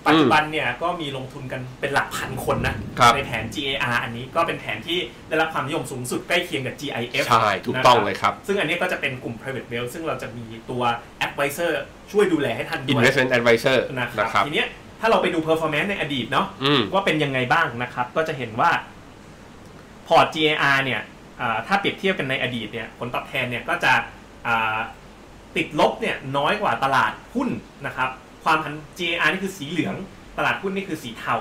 ปัจจุบันเนี่ยก็มีลงทุนกันเป็นหลักพันคนนะ
ครับ
ในแผน GAR อันนี้ก็เป็นแผนที่ได้รับความนิยมสูงสุดใกล้เคียงกับ GIF
ใช่ถูกต้องเลยครับ
ซึ่งอันนี้ก็จะเป็นกลุ่ม private wealth ซึ่งเราจะมีตัว advisor ช่วยดูแลให้ท่านด้วย
investment advisor
นะค
นะค
รั
รั
บบ ทีเนี้ยถ้าเราไปดู performance ในอดีตเนาะ
อืม
ว่าเป็นยังไงบ้างนะครับ ก็จะเห็นว่าพอร์ต GAR เนี่ยอ่าถ้าเปรียบเทียบกันในอดีตเนี่ยผลตอบแทนเนี่ยก็จะอ่าติดลบเนี่ยน้อยกว่าตลาดหุ้นนะครับ ความพัน GAR นี่คือสีเหลือง ตลาดหุ้นนี่คือสีเทา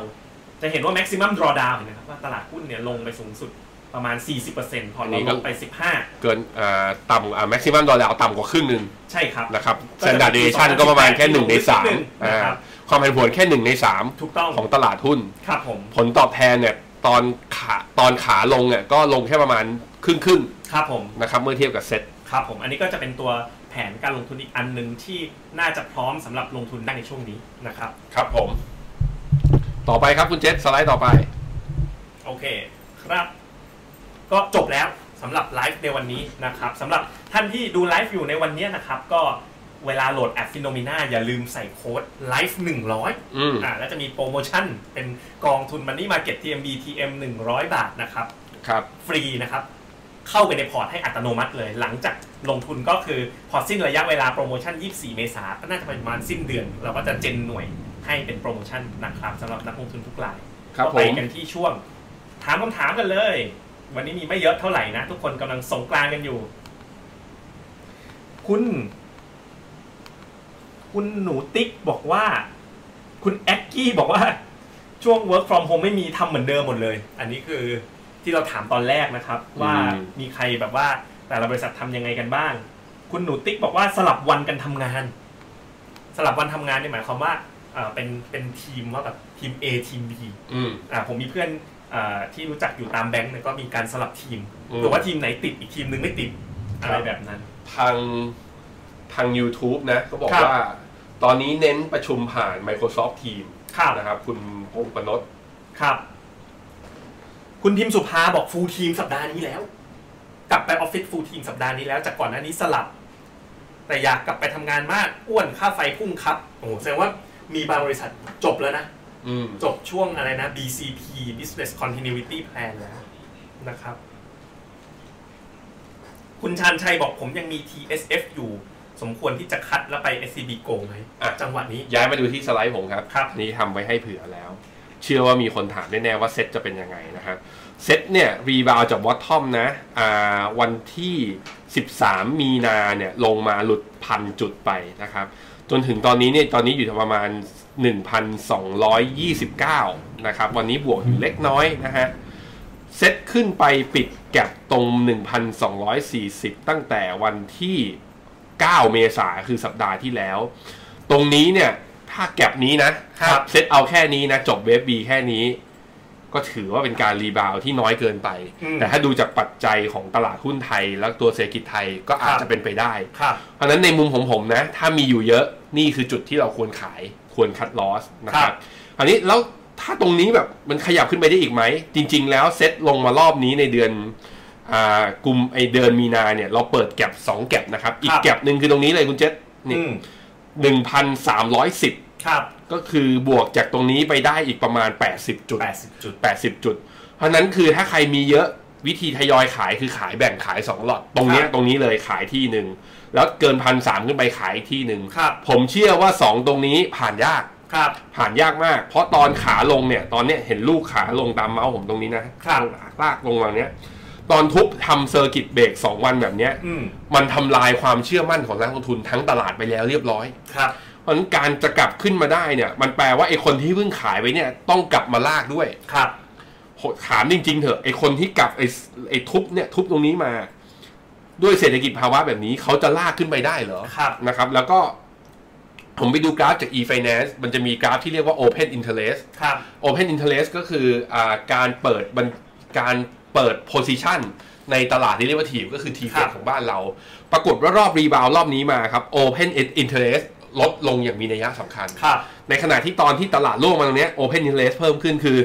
จะเห็นว่า maximum drawdown เห็นนะครับว่าตลาดหุ้นเนี่ยลงไปสูงสุดประมาณ 40%พอร์ต
อันนี้
เรา
ก็
ลงไป
เกินอ่าต่ำอ่า maximum dollar ต่ำกว่าครึ่งหนึ่ง
15 ใช่ครับ
นะครับ
ก็จะ
standard
มี
deviation
2
ก็ประมาณแค่
ที่
หนึ่งในสาม
หนึ่ง
อ่า
นะครับ
ความผันผวนแค่หนึ่งในสาม
ถูกต้อง
ของตลาดหุ้น
ครับผม
ผลตอบแทนเนี่ยตอนขาตอนขาลงเนี่ยก็ลงแค่ประมาณครึ่งครึ่ง
ครับผม
ๆนะครับเมื่อเทียบกับเซ็ต
ครับผมอันนี้ก็จะเป็นตัวแผนการลงทุนอีกอันหนึ่งที่น่าจะพร้อมสำหรับลงทุนได้ในช่วงนี้นะครับ
ครับผม ต่อไปครับคุณเจษสไลด์ต่อไป
โอเคครับ ก็จบแล้วสำหรับไลฟ์ในวันนี้นะครับสำหรับท่านที่ดูไลฟ์อยู่ในวันนี้นะครับ ก็เวลาโหลดแอปฟิโนมิน่าอย่าลืมใส่โค้ดไลฟ์หนึ่งร้อย
อืม
อ่าแล้วจะมีโปรโมชั่นเป็นกองทุนมันนี่มาเก็ต TMB TM 100 บาทนะครับ
ครับ
ฟรีนะครับ เข้าไปในพอร์ตให้อัตโนมัติเลย หลังจากลงทุนก็คือพอสิ้นระยะเวลาโปรโมชั่น 24 เมษาก็น่าจะประมาณสิ้นเดือน เราก็จะเจนหน่วยให้เป็นโปรโมชั่นนะครับสำหรับนักลงทุนทุกราย
ครับ
ก็ไป
ผม
กันที่ช่วง ถามคำถามกันเลย วันนี้มีไม่เยอะเท่าไหร่นะ ทุกคนกำลังสงกรานต์กันอยู่ คุณ คุณหนูติ๊กบอกว่า คุณแอ็กกี้บอกว่า ช่วง work from home ไม่มีทำเหมือนเดิมหมดเลย อันนี้คือที่เราถามตอนแรกนะครับ ว่า
อืม
มีใครแบบว่าแต่ละบริษัททำยังไงกันบ้าง คุณหนูติ๊กบอกว่าสลับวันกันทำงาน สลับวันทำงานเนี่ยหมายความว่าเอ่อเป็นเป็นทีมว่าแบบทีม A ทีม B
อืม
อ่าผมมีเพื่อนเอ่อที่รู้จักอยู่ตามแบงก์เนี่ยก็มีการสลับทีม
อืม
หรือว่าทีมไหนติดอีกทีมหนึงไม่ติดอะ
ค
ไร
รับ
แบบนั้น
ทางทาง YouTube นะก็บอก
ครับ
ว่า ตอนนี้เน้นประชุมผ่าน Microsoft Team
ครับ
นะครับ คุณพงษ์ประนศ
ครับ คุณพิมพ์สุภาบอกฟูลทีมสัปดาห์นี้แล้ว กลับไปออฟฟิศฟูลทีมสัปดาห์นี้แล้วจากก่อนหน้านี้สลับ แต่อยากกลับไปทำงานมากอ้วนค่าไฟพุ่งครับโอ้โหแสดงว่ามีบางบริษัทจบแล้วนะ
อืม
จบช่วงอะไรนะ BCP Business Continuity Plan แล้วนะครับ คุณชานชัยบอกผมยังมี TSF อยู่ สมควรที่จะคัดแล้วไป SCB Go ไหม
อ่ะ
จังหวะนี้
ย้ายมาดูที่สไลด์ผมครับ
ครับ
นี่ทำไว้ให้เผื่อแล้ว เชื่อว่ามีคนถามแน่ๆว่าเซตจะเป็นยังไงนะครับ เซ็ตเนี่ยรีบาวจากวอททอมนะอ่าวันที่ 13 มีนาเนี่ยลงมาหลุดพันจุดไปนะครับ จนถึงตอนนี้เนี่ยตอนนี้อยู่ที่ประมาณ 1,229 นะครับ วันนี้บวกอยู่เล็กน้อยนะฮะ เซตขึ้นไปปิดแก็บตรง 1,240 ตั้งแต่วันที่ 9 เมษาคือสัปดาห์ที่แล้ว ตรงนี้เนี่ย ถ้าแก็บนี้นะครับ เซตเอาแค่นี้นะ จบเวฟบีแค่นี้ ก็ถือว่าเป็นการรีบาวด์ที่น้อยเกินไป
อืม
แต่ถ้าดูจากปัจจัยของตลาดหุ้นไทย และตัวเศรษฐกิจไทยก็อาจ
ครับ
จะเป็นไปได้
ครับ
เพราะฉะนั้นในมุมของผมนะ ถ้ามีอยู่เยอะนี่คือจุดที่เราควรขายควรคัดลอสนะค
ครั
รับบ อันนี้แล้วถ้าตรงนี้แบบมันขยับขึ้นไปได้อีกไหม จริง ๆ แล้วเซ็ตลงมารอบนี้ในเดือนอ่ากุมไอเดือนมีนาเนี่ย เราเปิดแก็บสองแก็บนะครับ อีกแก็บหนึ่งคือตรงนี้เลยคุณเจษนี่
อืม
หนึ่งพันสามร้อยสิบ
ครับ
ก็คือบวกจากตรงนี้ไปได้อีกประมาณ 80 จุด
แปดสิบจุด
80 จุด เพราะฉะนั้นคือถ้าใครมีเยอะวิธีทยอยขายคือขายแบ่งขาย 2 หลอด ตรงเนี้ย
ครับ
ตรงนี้เลยขายที่หนึ่งแล้วเกินพันสามขึ้นไปขายอีกที่หนึ่ง
ครับ
ผมเชื่อว่า 2 ตรงนี้ผ่านยาก
ครับ
ผ่านยากมาก เพราะตอนขาลงเนี่ย ตอนเนี้ยเห็นลูกขาลงตามเมาส์ผมตรงนี้นะลากลงมาเนี้ยตอนทุบทำเซอร์กิตเบรก2วันแบบเนี้ย
อืม
มันทำลายความเชื่อมั่นของนักลงทุนทั้งตลาดไปแล้วเรียบร้อย
ครับ
เพราะฉะนั้นการจะกลับขึ้นมาได้เนี่ย มันแปลว่าไอ้คนที่เพิ่งขายไปเนี่ยต้องกลับมาลากด้วย
ครับ
ถามจริงๆเถอะไอคนที่กลับไอไอทุบเนี่ยทุบตรงนี้มา ด้วยเศรษฐกิจภาวะแบบนี้เขาจะลากขึ้นไปได้เหรอ
ครับ
นะครับ แล้วก็ผมไปดูกราฟจาก e-finance มันจะมีกราฟที่เรียกว่า open interest
ครับ
open interest ก็คืออาการเปิดบัญการเปิด position ในตลาดที่เรียกว่าทีก็คือ t ีเ
ครับ
ของบ้านเรา ปรากฏว่ารอบรีบาวรอบนี้มาครับ open interest ลดลงอย่างมีนัยสำคัญ
ครับ
ในขณะที่ตอนที่ตลาดโลกมาตรงเนี้ย Open Interest เพิ่มขึ้นคือ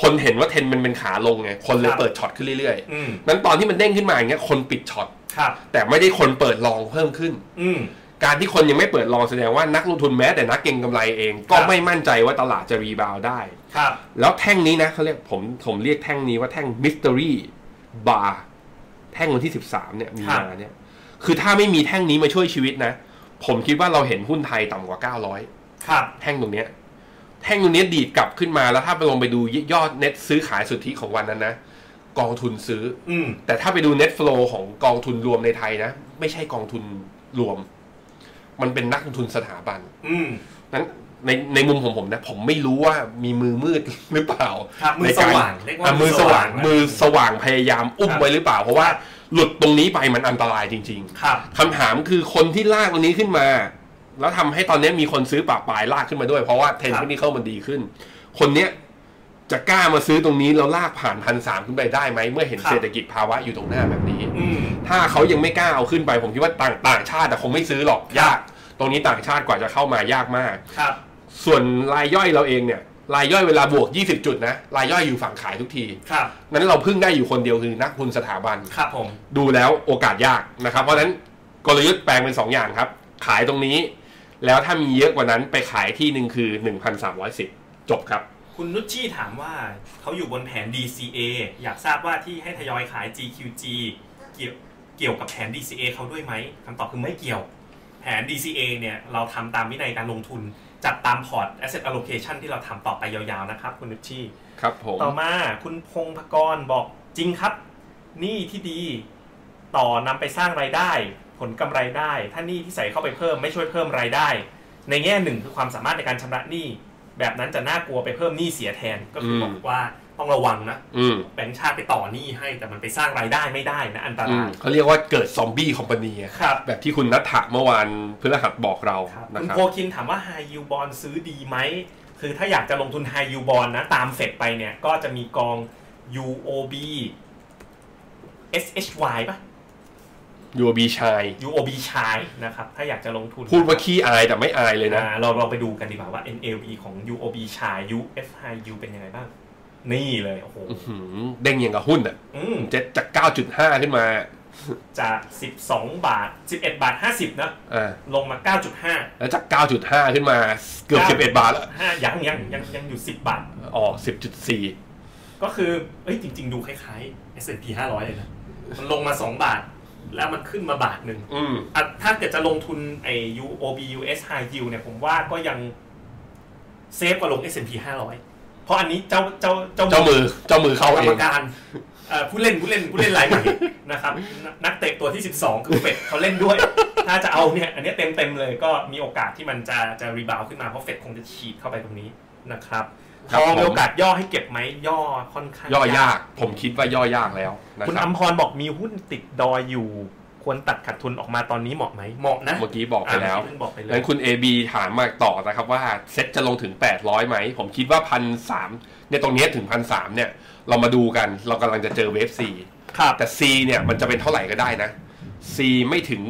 คนเห็นว่าเทรนด์มันเป็นขาลงไง คนเล
ค
ย
รับ
เปิดช็อตขึ้นเรื่อย
อืม
ๆ นั้นตอนที่มันเด้งขึ้นมาอย่างเงี้ยคนปิดช็อต
ครับ
แต่ไม่ได้คนเปิดลองเพิ่มขึ้น
อืม
การที่คนยังไม่เปิดลองแสดงว่านักลงทุนแม้แต่นักเก็งกำไรเอง ก็
ครับ
ไม่มั่นใจว่าตลาดจะรีบาวด์ได้
ครับ
แล้วแท่งนี้นะเขาเรียกผมผมเรียกแท่งนี้ว่าแท่ง mystery bar แท่งวันที่ 13เนี่ยมี
ครับ
นาเนี่ยคือถ้าไม่มีแท่งนี้มาช่วยชีวิตนะ ผมคิดว่าเราเห็นหุ้นไทยต่ำกว่า 900
ครับ
แท่งตรงเนี้ยแท่งตรงเนี้ยดีดกลับขึ้นมาแล้วถ้าไปลงไปดูยอดเน็ตซื้อขายสุทธิของวันนั้นนะ กองทุนซื้อ
อืม
แต่ถ้าไปดูเน็ตฟลูของกองทุนรวมในไทยนะ ไม่ใช่กองทุนรวม มันเป็นนักลงทุนสถาบัน
อืม
นั้นในในมุมของผมนะ ผมไม่รู้ว่ามีมือมืด หรือเปล่า
ครับมือ
ในกร
สว่างเรียกว่า
อ่ะมือสว่าง
มื
มือ
อ
สว่างพยายามอุ้ม
ครับ
ไว้หรือเปล่า เพราะว่าหลุดตรงนี้ไปมันอันตรายจริง ๆ
ครับ
คำถามคือคนที่ลากตรงนี้ขึ้นมา แล้วทำให้ตอนนี้มีคนซื้อปากปลายลากขึ้นมาด้วย เพราะว่าเทรนด์
ครับ
เทคนิคอลมันดีขึ้น คนเนี้ยจะกล้ามาซื้อตรงนี้แล้วลากผ่านพันสามขึ้นไปได้ไหมเมื่อเห็นเศรษฐกิจภาวะอยู่ตรงหน้าแบบนี้
อืม
ถ้าเขายังไม่กล้าเอาขึ้นไป ผมคิดว่าต่างต่างชาติแต่คงไม่ซื้อหรอกยาก ตรงนี้ต่างชาติกว่าจะเข้ามายากมาก
ครับ
ส่วนรายย่อยเราเองเนี่ยรายย่อยเวลาบวก 20 จุดนะรายย่อยอยู่ฝั่งขายทุกที
ครับ
นั้นเราพึ่งได้อยู่คนเดียวคือนักทุนสถาบัน
ครับผม
ดูแล้วโอกาสยากนะครับ เพราะฉะนั้นกลยุทธ์แปลงเป็น 2 อย่างครับ ขายตรงนี้ แล้วถ้ามีเยอะกว่านั้นไปขายที่หนึ่งคือ 1,310 จบครับ
คุณนุชชี่ถามว่าเขาอยู่บนแผน DCA อยากทราบว่าที่ให้ทยอยขาย GQG เกี่ยวเกี่ยวกับแผน DCA เขาด้วยไหมคำตอบคือไม่เกี่ยว แผน DCA เนี่ยเราทำตามวินัยการลงทุน จัดตามพอร์ต asset allocation ที่เราทำต่อไปยาวๆนะครับ คุณนุชชี่
ครับผม
ต่อมาคุณพงพกรบอกจริงครับหนี้ที่ดีต่อนำไปสร้างรายได้ ผลกำไรได้ ถ้าหนี้ที่ใส่เข้าไปเพิ่มไม่ช่วยเพิ่มรายได้ ในแง่หนึ่งคือความสามารถในการชำระหนี้ แบบนั้นจะน่ากลัวไปเพิ่มหนี้เสียแทนก็คือบอกว่าต้องระวังนะ
อืม
แบงค์ชาติไปต่อหนี้ให้แต่มันไปสร้างรายได้ไม่ได้นะอันต
อื
ราม ย
เขาเรียกว่าเกิดซอมบี้คอมพานีอะ
ครับ
แบบที่คุณนัทถะเมื่อวานพฤหัสบอกเรา
ครับ
นะ
คุณ
ครับ
โพคินถามว่า High Yield Bond ซื้อดีไหม คือถ้าอยากจะลงทุน High Yield Bond นะ ตามเฟดไปเนี่ย ก็จะมีกอง UOB SHY ป่ะ
ยูบีชาย
UOB ชายนะครับ ถ้าอยากจะลงทุน
พูดว่าขี้อายแต่ไม่อายเลยนะ
อ่าเราเราไปดูกันดีกว่าว่า NAV ของ UOB ชาย UF High Yield เป็นยังไงบ้าง นี่เลยโอ้โห
หืมเด้งอยังกับหุ้นอ่ะ
อืม
เจ็ดจาก 9.5 ขึ้นมา
จาก 12 บาท 11 บาท 50 นะ
อ่า
ลงมา 9.5
แล้วจาก 9.5 ขึ้นมาเกือบ 11 บาทแล้ว
5ยังยังยังยังอยู่ 10 บาท
อ๋อ10.4
ก็คือ เอ้ยจริง ๆ ดูคล้ายๆ S&P 500 เลยนะ มันลงมา 2 บาท แล้วมันขึ้นมาบาทหนึ่ง
อืม
อ่ะถ้าเกิดจะลงทุนไอ้ UOB US High Yield เนี่ยผมว่าก็ยังเซฟกว่าลง S&P 500 เพราะอันนี้เจ้าเจ้าเจ้า
เจ้ามือเจ้ามือเข้าก
ร
เอ
รม
ง
การเอ่อผู้เล่นผู้เล่นผู้เล่นรายใหม่นะครับนนักเตะตัวที่ 12 คือเป็ดเขาเล่นด้วย ถ้าจะเอาเนี่ยอันเนี้ยเต็มเต็มๆเลยก็มีโอกาสที่มันจะจะรีบาวขึ้นมาเพราะเฟดคงจะฉีดเข้าไปตรงนี้นะครับ
ค
ท
รับ
อง
ผม
มีโอกาสย่อให้เก็บไหมย่อค่อนข้าง
ย่อยาก ผมคิดว่าย่อยากแล้วนะ
คุณ
ครับ
อัมพรบอกมีหุ้นติดดอยอยู่ ควรตัดขาดทุนออกมาตอนนี้เหมาะไหมเหมาะนะ
เมื่อกี้บอกไปแล้ว
าเมื่อกี้เพิ่งบอกไปเลย
งั้นคุณ AB ถามมาต่อนะครับว่าเซ็ตจะลงถึง 800ไหม ผมคิดว่าพันสามเนี่ยตรงเนี้ยถึงพันสามเนี่ย เรามาดูกันเรากำลังจะเจอเวฟ C
ครับ
แต่ C เนี่ยมันจะเป็นเท่าไหร่ก็ได้นะ C ไม่ถึง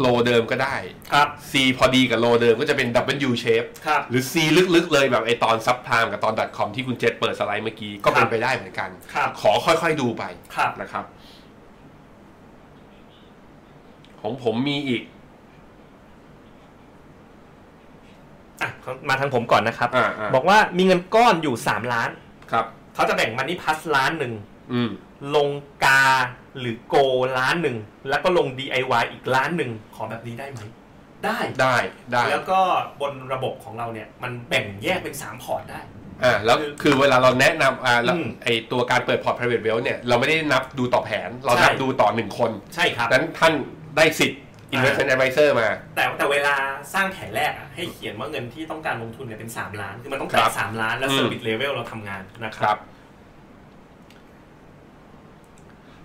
โลเดิมก็ได้
ครับ
C พอดีกับโลเดิมก็จะเป็น W shape
ครับ
หรือ C ลึกๆ เลยแบบไอตอนซับพามกับตอน .com ที่คุณเจษเปิดสไลด์เมื่อกี้ก็เป็นไปได้เหมือนกัน
ครับ
ขอค่อยๆดูไป
ครับ
นะครับ ของผมมีอีก
อ่ะมาทางผมก่อนนะครับ
อ่าอ่า
บอกว่ามีเงินก้อนอยู่ 3 ล้าน
ครับ
เขาจะแบ่งมันนี่พัสล้านหนึ่ง
อืม
ลงกาหรือโกล้านหนึ่ง แล้วก็ลง DIY อีกล้านหนึ่ง ขอแบบนี้ได้ไหม ได้
ได้ได้
แล้วก็บนระบบของเราเนี่ย มันแบ่งแยกเป็น 3 พอร์ตได้
อ่าแล้วคือเวลาเราแนะนำอ่าแล้ว
อืม
ไอตัวการเปิดพอร์ต private wealth เนี่ย เราไม่ได้นับดูต่อแผน เรานับ
ใช่
ดูต่อหนึ่งคน
ใช่ครับ
ดังนั้นท่านได้สิทธิ์ investment advisor มา
แต่แต่เวลาสร้างแผนแรกอะให้เขียนว่าเงินที่ต้องการลงทุนเนี่ยเป็น 3 ล้าน คือมันต้องแต
ครั
ก
บ
สามล้าน แล้ว
อืม
เซอร์วิสเลเวลเราทำงานนะค
ครับ รับ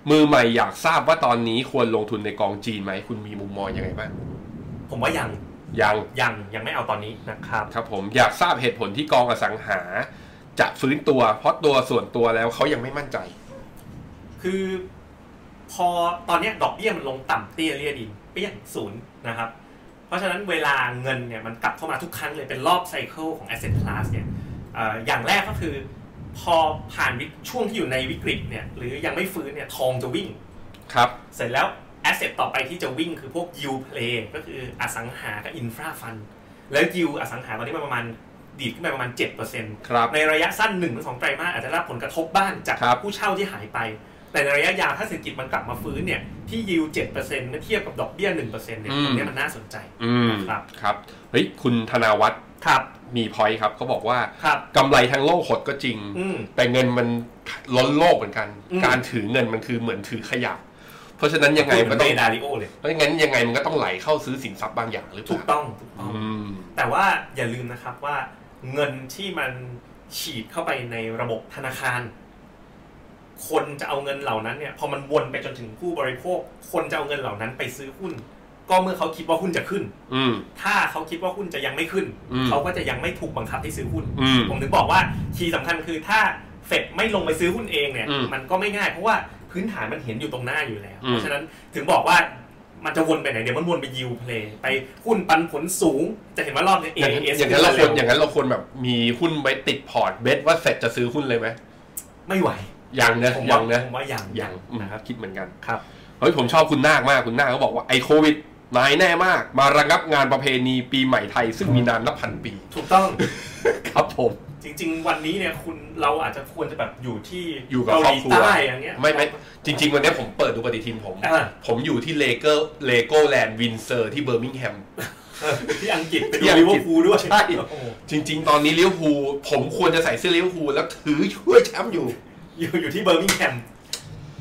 มือใหม่อยากทราบว่าตอนนี้ควรลงทุนในกองจีนไหม คุณมีมุมมองยังไงบ้าง
ผมว่ายัง
ยัง
ยังยังไม่เอาตอนนี้นะครับ
ครับผมอยากทราบเหตุผลที่กองอสังหา จะฟื้นตัวเพราะตัวส่วนตัวแล้วเขายังไม่มั่นใจ
คือพอตอนเนี้ยดอกเบี้ยมันลงต่ำเตี้ยเรียดินเปี้ยงศูนย์นะครับ เพราะฉะนั้นเวลาเงินเนี่ยมันกลับเข้ามาทุกครั้งเลยเป็นรอบไซเคิลของ asset class เนี่ยเอ่ออย่างแรกก็คือ พอผ่านวิกช่วงที่อยู่ในวิกฤตเนี่ยหรือยังไม่ฟื้นเนี่ยทองจะวิ่ง
ครับ
เสร็จแล้ว asset ต่อไปที่จะวิ่งคือพวก yield play ก็คืออสังหากับ infra fund แล้ว yield อสังหาตอนนี้มันประมาณดีดขึ้นไปประมาณ 7%
ครับ
ในระยะสั้น1นึ่งถึงสองไตรมาสอาจจะได้รับผลกระทบบ้างจาก
ครับ
ผู้เช่าที่หายไป แต่ในระยะยาวถ้าเศรษฐกิจมันกลับมาฟื้นเนี่ย ที่ยิวเจ็ดเปอร์เซ็นต์เทียบกับดอกเบี้ยหนึ่งเปอร์เซ็นต์เนี่ย
อืม
ตรงเนี้ยมันน่าสนใจ
อืม
ครับ
ครับเฮ้ยคุณธนาวัฒน์
ครับ
มีพอยครับเขาบอกว่า
ครับ
กำไรทั้งโลกหดก็จริง
อืม
แต่เงินมันล้นโลกเหมือนกัน
อืม
การถือเงินมันคือเหมือนถือขยะเพราะฉะนั้นยังไง
เห
มั
มัน น
ต้อ
เด
ง
ดาริโอเลย
เพราะงั้นยังไงมันก็ต้องไหลเข้าซื้อสินทรัพย์บางอย่างหรือเป
ถูก
ล่า
ต้องถูกต้อง
อืม
แต่ว่าอย่าลืมนะครับว่าเงินที่มันฉีดเข้าไปในระบบธนาคาร คนจะเอาเงินเหล่านั้นเนี่ยพอมันวนไปจนถึงผู้บริโภค คนจะเอาเงินเหล่านั้นไปซื้อหุ้น ก็เมื่อเขาคิดว่าหุ้นจะขึ้น
อืม
ถ้าเขาคิดว่าหุ้นจะยังไม่ขึ้น
อืม
เขาก็จะยังไม่ถูกบังคับให้ซื้อหุ้น
อืม
ผมถึงบอกว่าคีย์สำคัญคือถ้าเฟดไม่ลงไปซื้อหุ้นเองเนี่ย
อืม
มันก็ไม่ง่ายเพราะว่าพื้นฐานมันเห็นอยู่ตรงหน้าอยู่แล้ว
อืม
เพราะฉะนั้นถึงบอกว่ามันจะวนไปไหนเดี๋ยวมันวนไปยิวเพลย์ไปหุ้นปันผลสูง จะเห็นว่ารอบเนี้ย
อย่างนั้น
AIS
อย่างนั้นเราควร
ขึ้ม
อย่างนั้นเราควรแบบมีหุ้นไว้ติดพอร์ตเบสว่าเสร็จจะซื้อหุ้นเลยไหม
ไม่ไหว
ยังนะ
ผม
ยั
ว่าง
นะ
ผมว่ายัง
ยังอืมครับคิดเหมือนกัน
ครับ
เฮ้ยผมชอบคุณนาคมากคุณนาคเขาบอกว่าไอโควิดนายแน่มาก มาระงับงานประเพณีปีใหม่ไทย ซึ่งมีนานนับพันปี
ถูกต้อง
ครับผม
จริง ๆ วันนี้เนี่ยคุณเราอาจจะควรจะแบบอยู่ที่
อยู่กับ
เกา
ครอบ
หลี
ครัว
ใต้อย่างเงี้ย
ไม่ไม่จริง ๆ วันนี้ผมเปิดดูปฏิทินผม
อ่า
ผมอยู่ที่เลเกอร์เลโกแลนด์วินเซอร์ที่เบอร์มิงแฮม
เออที่อังกฤษไป
ที่
ดู
อังกฤษ
ลิเวอร์พูลด้วย
ใช่
โอ้โห
จริง ๆ ตอนนี้ลิเวอร์พูลผมควรจะใส่เสื้อลิเวอร์พูลแล้วถือช่วยแชมป์อยู่
อยู่อยู่ที่เบอร์มิงแฮม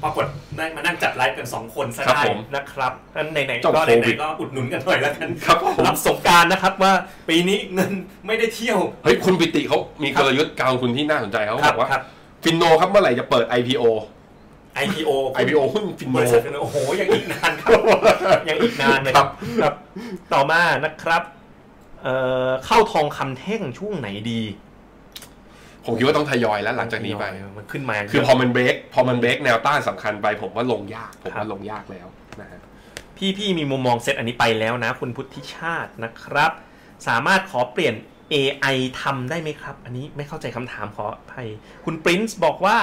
ปรากฏได้มานั่งจัดไลฟ์กันสองคนซะ
ครับ
ได้
ผม
นะครับงั้นไหน
เจ้า
ๆก็ไห
โคน วิด
ๆก็อุดหนุนกันหน่อยแล้วกัน
ครับผม
รับสงกรารนะครับว่าปีนี้เงินไม่ได้เที่ยว
เฮ้ยคุณปิติเขามีกลยุทธ์การลงทุนที่น่าสนใจเขา
ครับ
อกว่า
ครับ
ฟินโนครับเมื่อไหร่จะเปิด IPO
IPO
IPO หุ้นฟินโน
บริษัทกันโอ้โหยังอีกนานครับ ยังอีกนานเลย
ครับ
ครับ
ต่อมานะครับเอ่อเข้าทองคำแท่งช่วงไหนดี
ผมคิดว่าต้องทยอยแล้วหลังจากนี้ไป
มันขึ้นมา
คือพอมันเบรกพอมันเบรกแนวต้านสำคัญไป ผมว่าลงยาก ผมว่าลงยากแล้วนะฮะ
พี่พี่มีมุมมองเซตอันนี้ไปแล้วนะ คุณพุทธิชาตินะครับ สามารถขอเปลี่ยน AI ทำได้ไหมครับ อันนี้ไม่เข้าใจคำถามขออภัยคุณปรินซ์บอกว่า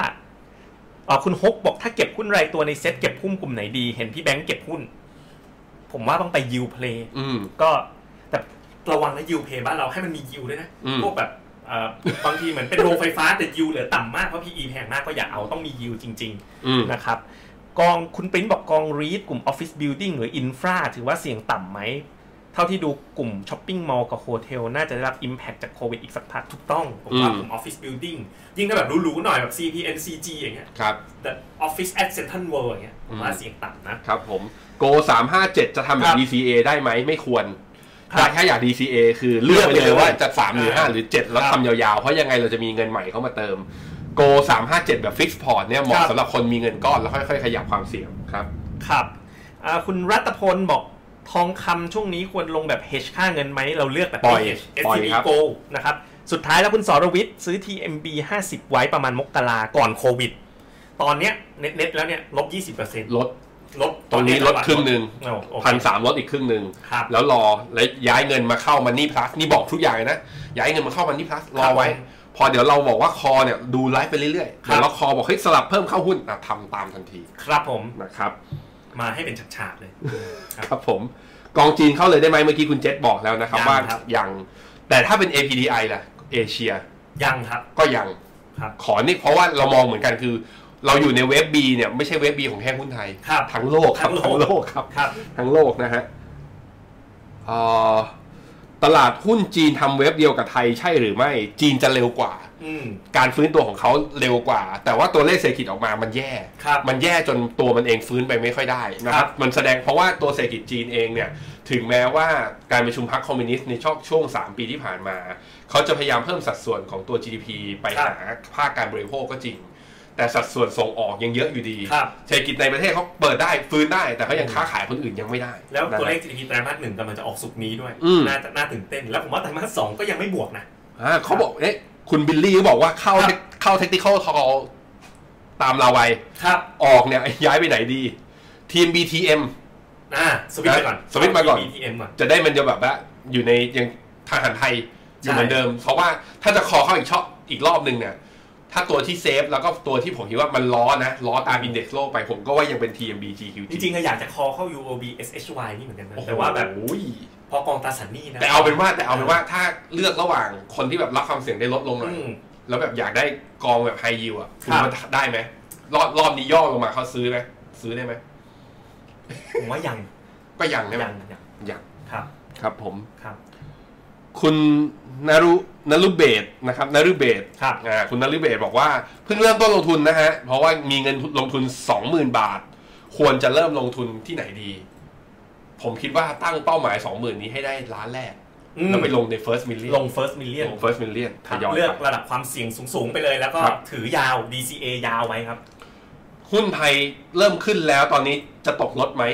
เอ่อคุณฮกบอกถ้าเก็บหุ้นรายตัวในเซตเก็บหุ้นกลุ่มไหนดี เห็นพี่แบงค์เก็บหุ้น ผมว่าต้องไปยิวเพลย์
อืม
ก็
แต่ระวังนะยิวเพย์บ้านเราให้มันมียิวด้วยนะ
อืม
พวกแบบเอ่อบางทีเหมือนเป็นโรงไฟฟ้าแต่ยิวเหลือต่ำมากเพราะ PE แพงมากก็อย่าเอาต้องมียิวจริง ๆ
อืม
นะครับกองคุณปริ้นบอกกองรีดกลุ่ม Office Building หรือ Infra ถือว่าเสี่ยงต่ำไหม เท่าที่ดูกลุ่มช้อปปิ้งมอลล์กับโฮเทลน่าจะได้รับ Impact จากโควิดอีกสักพัก
ถูกต้อง ผมว่า
อืม
ผมออฟฟิศบิลดิ้งยิ่งถ้าแบบหรู้ๆหน่อยแบบ CPNCG อย่างเงี้ย
ครับ
The Office at Central World อย่างเงี้ยผมว่า
อืม
เสียงต่ำนะ
ครับผมโกสามห้าเจ็ดจะทำแบ
ครับ บ
DCA ได้ไหมไม่ควร
ครับ
แต่ถ้าอยาก DCA คือเลือกไป
เลือกไป
เลย
เลย
ว่าจะสามหรือห้า
อ่า
หรือเจ็ดแล้ว
ครับ
ทำยาวๆ เพราะยังไงเราจะมีเงินใหม่เข้ามาเติมโกสามห้าเจ็ดแบบฟิกซ์พอร์ตเนี่ยเห
ค
มาะ
รับ
สำหรับคนมีเงินก้อนแล้วค่อยๆ ขยับความเสี่ยงครับ
ครับอ่าคุณรัตพลบอกทองคำช่วงนี้ควรลงแบบ hedge ค่าเงินไหมเราเลือกแบบ
ปล่อย
hedge
ปล่อย
SCB
ครับ
Go นะครับ สุดท้ายแล้วคุณสรวิทย์ซื้อ TMB 50 ไว้ประมาณมกราก่อนโควิด ตอนเนี้ยเน็ตๆแล้วเนี่ยลบ 20%
ลด
ลด
ตรงนี้ลดครึ่งหนึ่ง
เอาโอเค
พันสามลดอีกครึ่งหนึ่ง
ครับ
แล้วรอแล้วย้ายเงินมาเข้ามันนี่พลัสนี่บอกทุกอย่างเลยนะ ย้ายเงินมาเข้ามันนี่พลัสรอไว้
ครับผม
พอเดี๋ยวเราบอกว่าคอเนี่ยดูไลฟ์ไปเรื่อยๆ
ครับ
เดี๋ยวเราคอบอกเฮ้ยสลับเพิ่มเข้าหุ้นอ่ะทำตามทันที
ครับผม
นะครับ
มาให้เป็นฉากๆเลย
ครับผมกองจีนเข้าเลยได้ไหมเมื่อกี้คุณเจษบอกแล้วนะครับ
ยัง
ว่า
ครับ
ยังแต่ถ้าเป็น APDI ล่ะเอเชีย
ยังครับ
ก็ยัง
ครับ
ขอนี่เพราะว่าเรามองเหมือนกันคือ เราอยู่ในเว็บ B เนี่ยไม่ใช่เว็บ B ของแค่หุ้นไทย
ครับ
ทั้งโลกครับ
ทั้
ทั้
ง
ง
โล
โล
ก
กครับ
ครับ
ทั้งโลกนะฮะเอ่อตลาดหุ้นจีนทำเว็บเดียวกับไทยใช่หรือไม่ จีนจะเร็วกว่า
อืม
การฟื้นตัวของเขาเร็วกว่า แต่ว่าตัวเลขเศรษฐกิจออกมามันแย่
ครับ
มันแย่จนตัวมันเองฟื้นไปไม่ค่อยได้นะค
ครั
รับ
บ
มันแสดงเพราะว่าตัวเศรษฐกิจจีนเองเนี่ย ถึงแม้ว่าการประชุมพรรคคอมมิวนิสต์ในช่วงช่วง 3 ปีที่ผ่านมา เขาจะพยายามเพิ่มสัดส่วนของตัว GDP ไปหาภาคการบริโภคก็จริง แต่สัดส่วนส่งออกยังเยอะอยู่ดี
ครับ
เศรษฐกิจในประเทศเขาเปิดได้ฟื้นได้ แต่เขายังค้าขายคนอื่นยังไม่ได้
แล้ว
นะ
ตัวเลข GDP ไตรมาสหนึ่งกำลังจะออกสุกร์นี้ด้วย
อืม
น่าจะน่าตื่นเต้น แล้วผมว่าไตรมาสสองก็ยังไม่บวกนะ
อ่าเขาบอกเอ๊ะคุณบิลลี่เขาบอกว่าเข้า
ครับ
เข้าเทคนิคอลทอตามเราไว
ครับ
ออกเนี่ย ย้ายไปไหนดี ทีม BTM
อ่า สวิตช์ไปก่อน
สวิตช์ไปก่อน
BTM ก่อน
จะได้มันจะแบบว่าอยู่ในยังทหารไทยอยู่เหมือนเดิม เพราะว่าถ้าจะคอเข้าอีกชอบอีกรอบหนึ่งเนี่ย ถ้าตัวที่เซฟแล้วก็ตัวที่ผมคิดว่ามันล้อนะ ล้อตามอินเด็กซ์โลกไปผมก็ว่ายังเป็น TMB GQG
จริงๆก็อยากจะคอเข้า UOB SHY นี่เหมือนกันนะ
โอ้โห
แต่ว่าแบบพอกองตราสันนี่นะ
แต่เอาเป็นว่าแต่เอาเป็นว่าถ้าเลือกระหว่างคนที่แบบรับความเสี่ยงได้ลดลงหน่อ
อื
ย
ม
แล้วแบบอยากได้กองแบบไฮยิวอ่ะคุณ
ครับ
มันได้ไหมรอบรอบนี้ย่อลงมาเขาซื้อไหมซื้อได้ไหม
ผมว่ายัง
ก็ยังใช่ไหม
ยังยัง
ยัง
ครับ
ครับผม
ครับ
คุณนารุนารุเบศนะครับนารุเบศ
ครับ
อ่าคุณนารุเบศบอกว่าเพิ่งเริ่มต้นลงทุนนะฮะ เพราะว่ามีเงินลงทุน 20,000 บาท ควรจะเริ่มลงทุนที่ไหนดี ผมคิดว่าตั้งเป้าหมาย 20,000 นี้ให้ได้ล้านแรก
อืม
แล้วไปลงใน first million
ลง first million
ลง first million ทยอย
เลือก
ไป
ระดับความเสี่ยงสูงๆไปเลยแล้วก็
ครับ
ถือยาว DCA ยาวไว้ครับ
หุ้นไทยเริ่มขึ้นแล้วตอนนี้จะตกลดไหม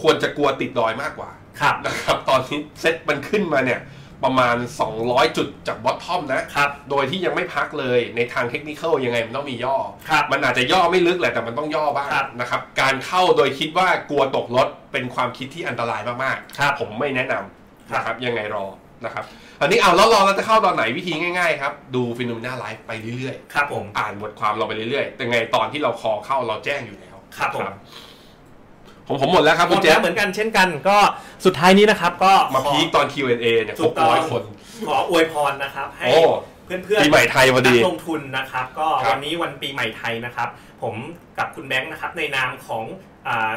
ควรจะกลัวติดดอยมากกว่า
ครับ
นะครับตอนนี้เซ็ตมันขึ้นมาเนี่ย ประมาณ 200 จุดจากบอททอมนะ
ครับ
โดยที่ยังไม่พักเลยในทางเทคนิคยังไงมันต้องมีย่อ
ครับ
มันอาจจะย่อไม่ลึกแหละแต่มันต้องย่อบ้าง
ครับ
นะครับ การเข้าโดยคิดว่ากลัวตกรถเป็นความคิดที่อันตรายมาก
ครับ
ๆผมไม่แนะนำนะค
ครั
รับบ ยังไงรอนะครับ อันนี้เอาแล้วรอเราจะเข้าตอนไหนวิธีง่ายๆครับดูฟิโนมิน่าไลฟ์ไปเรื่อย
ครับผม
ๆ อ่านบทความเราไปเรื่อยๆแต่ไงตอนที่เราคอเข้าเราแจ้งอยู่แล้ว
ครับผม
ผมผมหมดแล้วครับ
หม
คุณ
ด
เจ๊
แล้วเหมือนกันเช่นกันก็สุดท้ายนี้นะครับก็
มา
ขอ
พีคตอน Q&A เนี่ย
ถูกต้อง
600คน
ขออวยพรนะครับ ให้
โอ้
เพื่อน
ปี
ๆ
ใหม่ไทยพอดี
นักลงทุนนะครับก็
ครับ
วันนี้วันปีใหม่ไทยนะครับ ผมกับคุณแบงค์นะครับในนามของ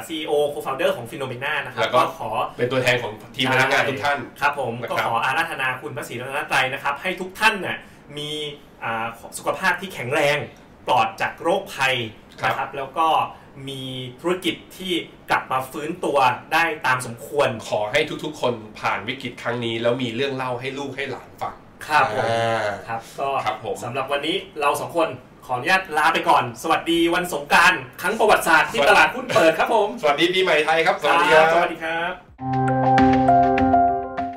ซีอีโอโคฟาวเดอร์ของฟิโนเมนานะครับ
แล้วก็
ก็ขอ
เป็นตัวแทนของทีมพนักงานทุกท่าน
ครับผม
นะครับ
ก็ขออาราธนาคุณพระศรีรัตนตรัยนะครับ ให้ทุกท่านน่ะมีอ่าสุขภาพที่แข็งแรงปลอดจากโรคภัยนะครับแล้วก็มีธุรกิจที่กลับมาฟื้นตัวได้ตามสมควร
ขอให้ทุกๆ คนผ่านวิกฤตครั้งนี้แล้วมีเรื่องเล่าให้ลูกให้หลานฟัง
ครับผม
อ่า
ครับก็
ครับผม
สำหรับวันนี้เราสองคนขออนุญาตลาไปก่อน สวัสดีวันสงกรารครั้งประวัติศาสตร์ที่ตลาดหุ้นเปิดครับผม
สวัสดีปีใหม่ไทยครับ สวัสดีค
ส
รับ
วัสดีครับ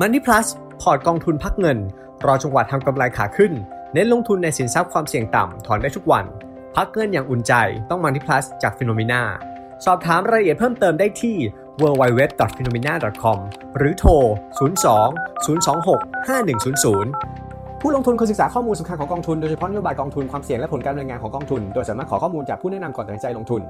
Money Plus พอร์ตกองทุนพักเงิน รอจังหวะทำกำไรขาขึ้น เน้นลงทุนในสินทรัพย์ความเสี่ยงต่ำ ถอนได้ทุกวัน พักเงินอย่างอุ่นใจต้อง Money Plus จาก p h e n o m e n a สอบถามรายละเอียดเพิ่มเติมได้ที่ www.phenomena.com หรือโทร 02 026 5100 ผู้ลงทุนควรศึกษาข้อมูลสำคัญของกองทุน โดยเฉพาะนโยบายกองทุนความเสี่ยงและผลการดำเนินงานของกองทุน โดยสามารถขอข้อมูลจากผู้แนะนำก่อนตัดสินใจลงทุน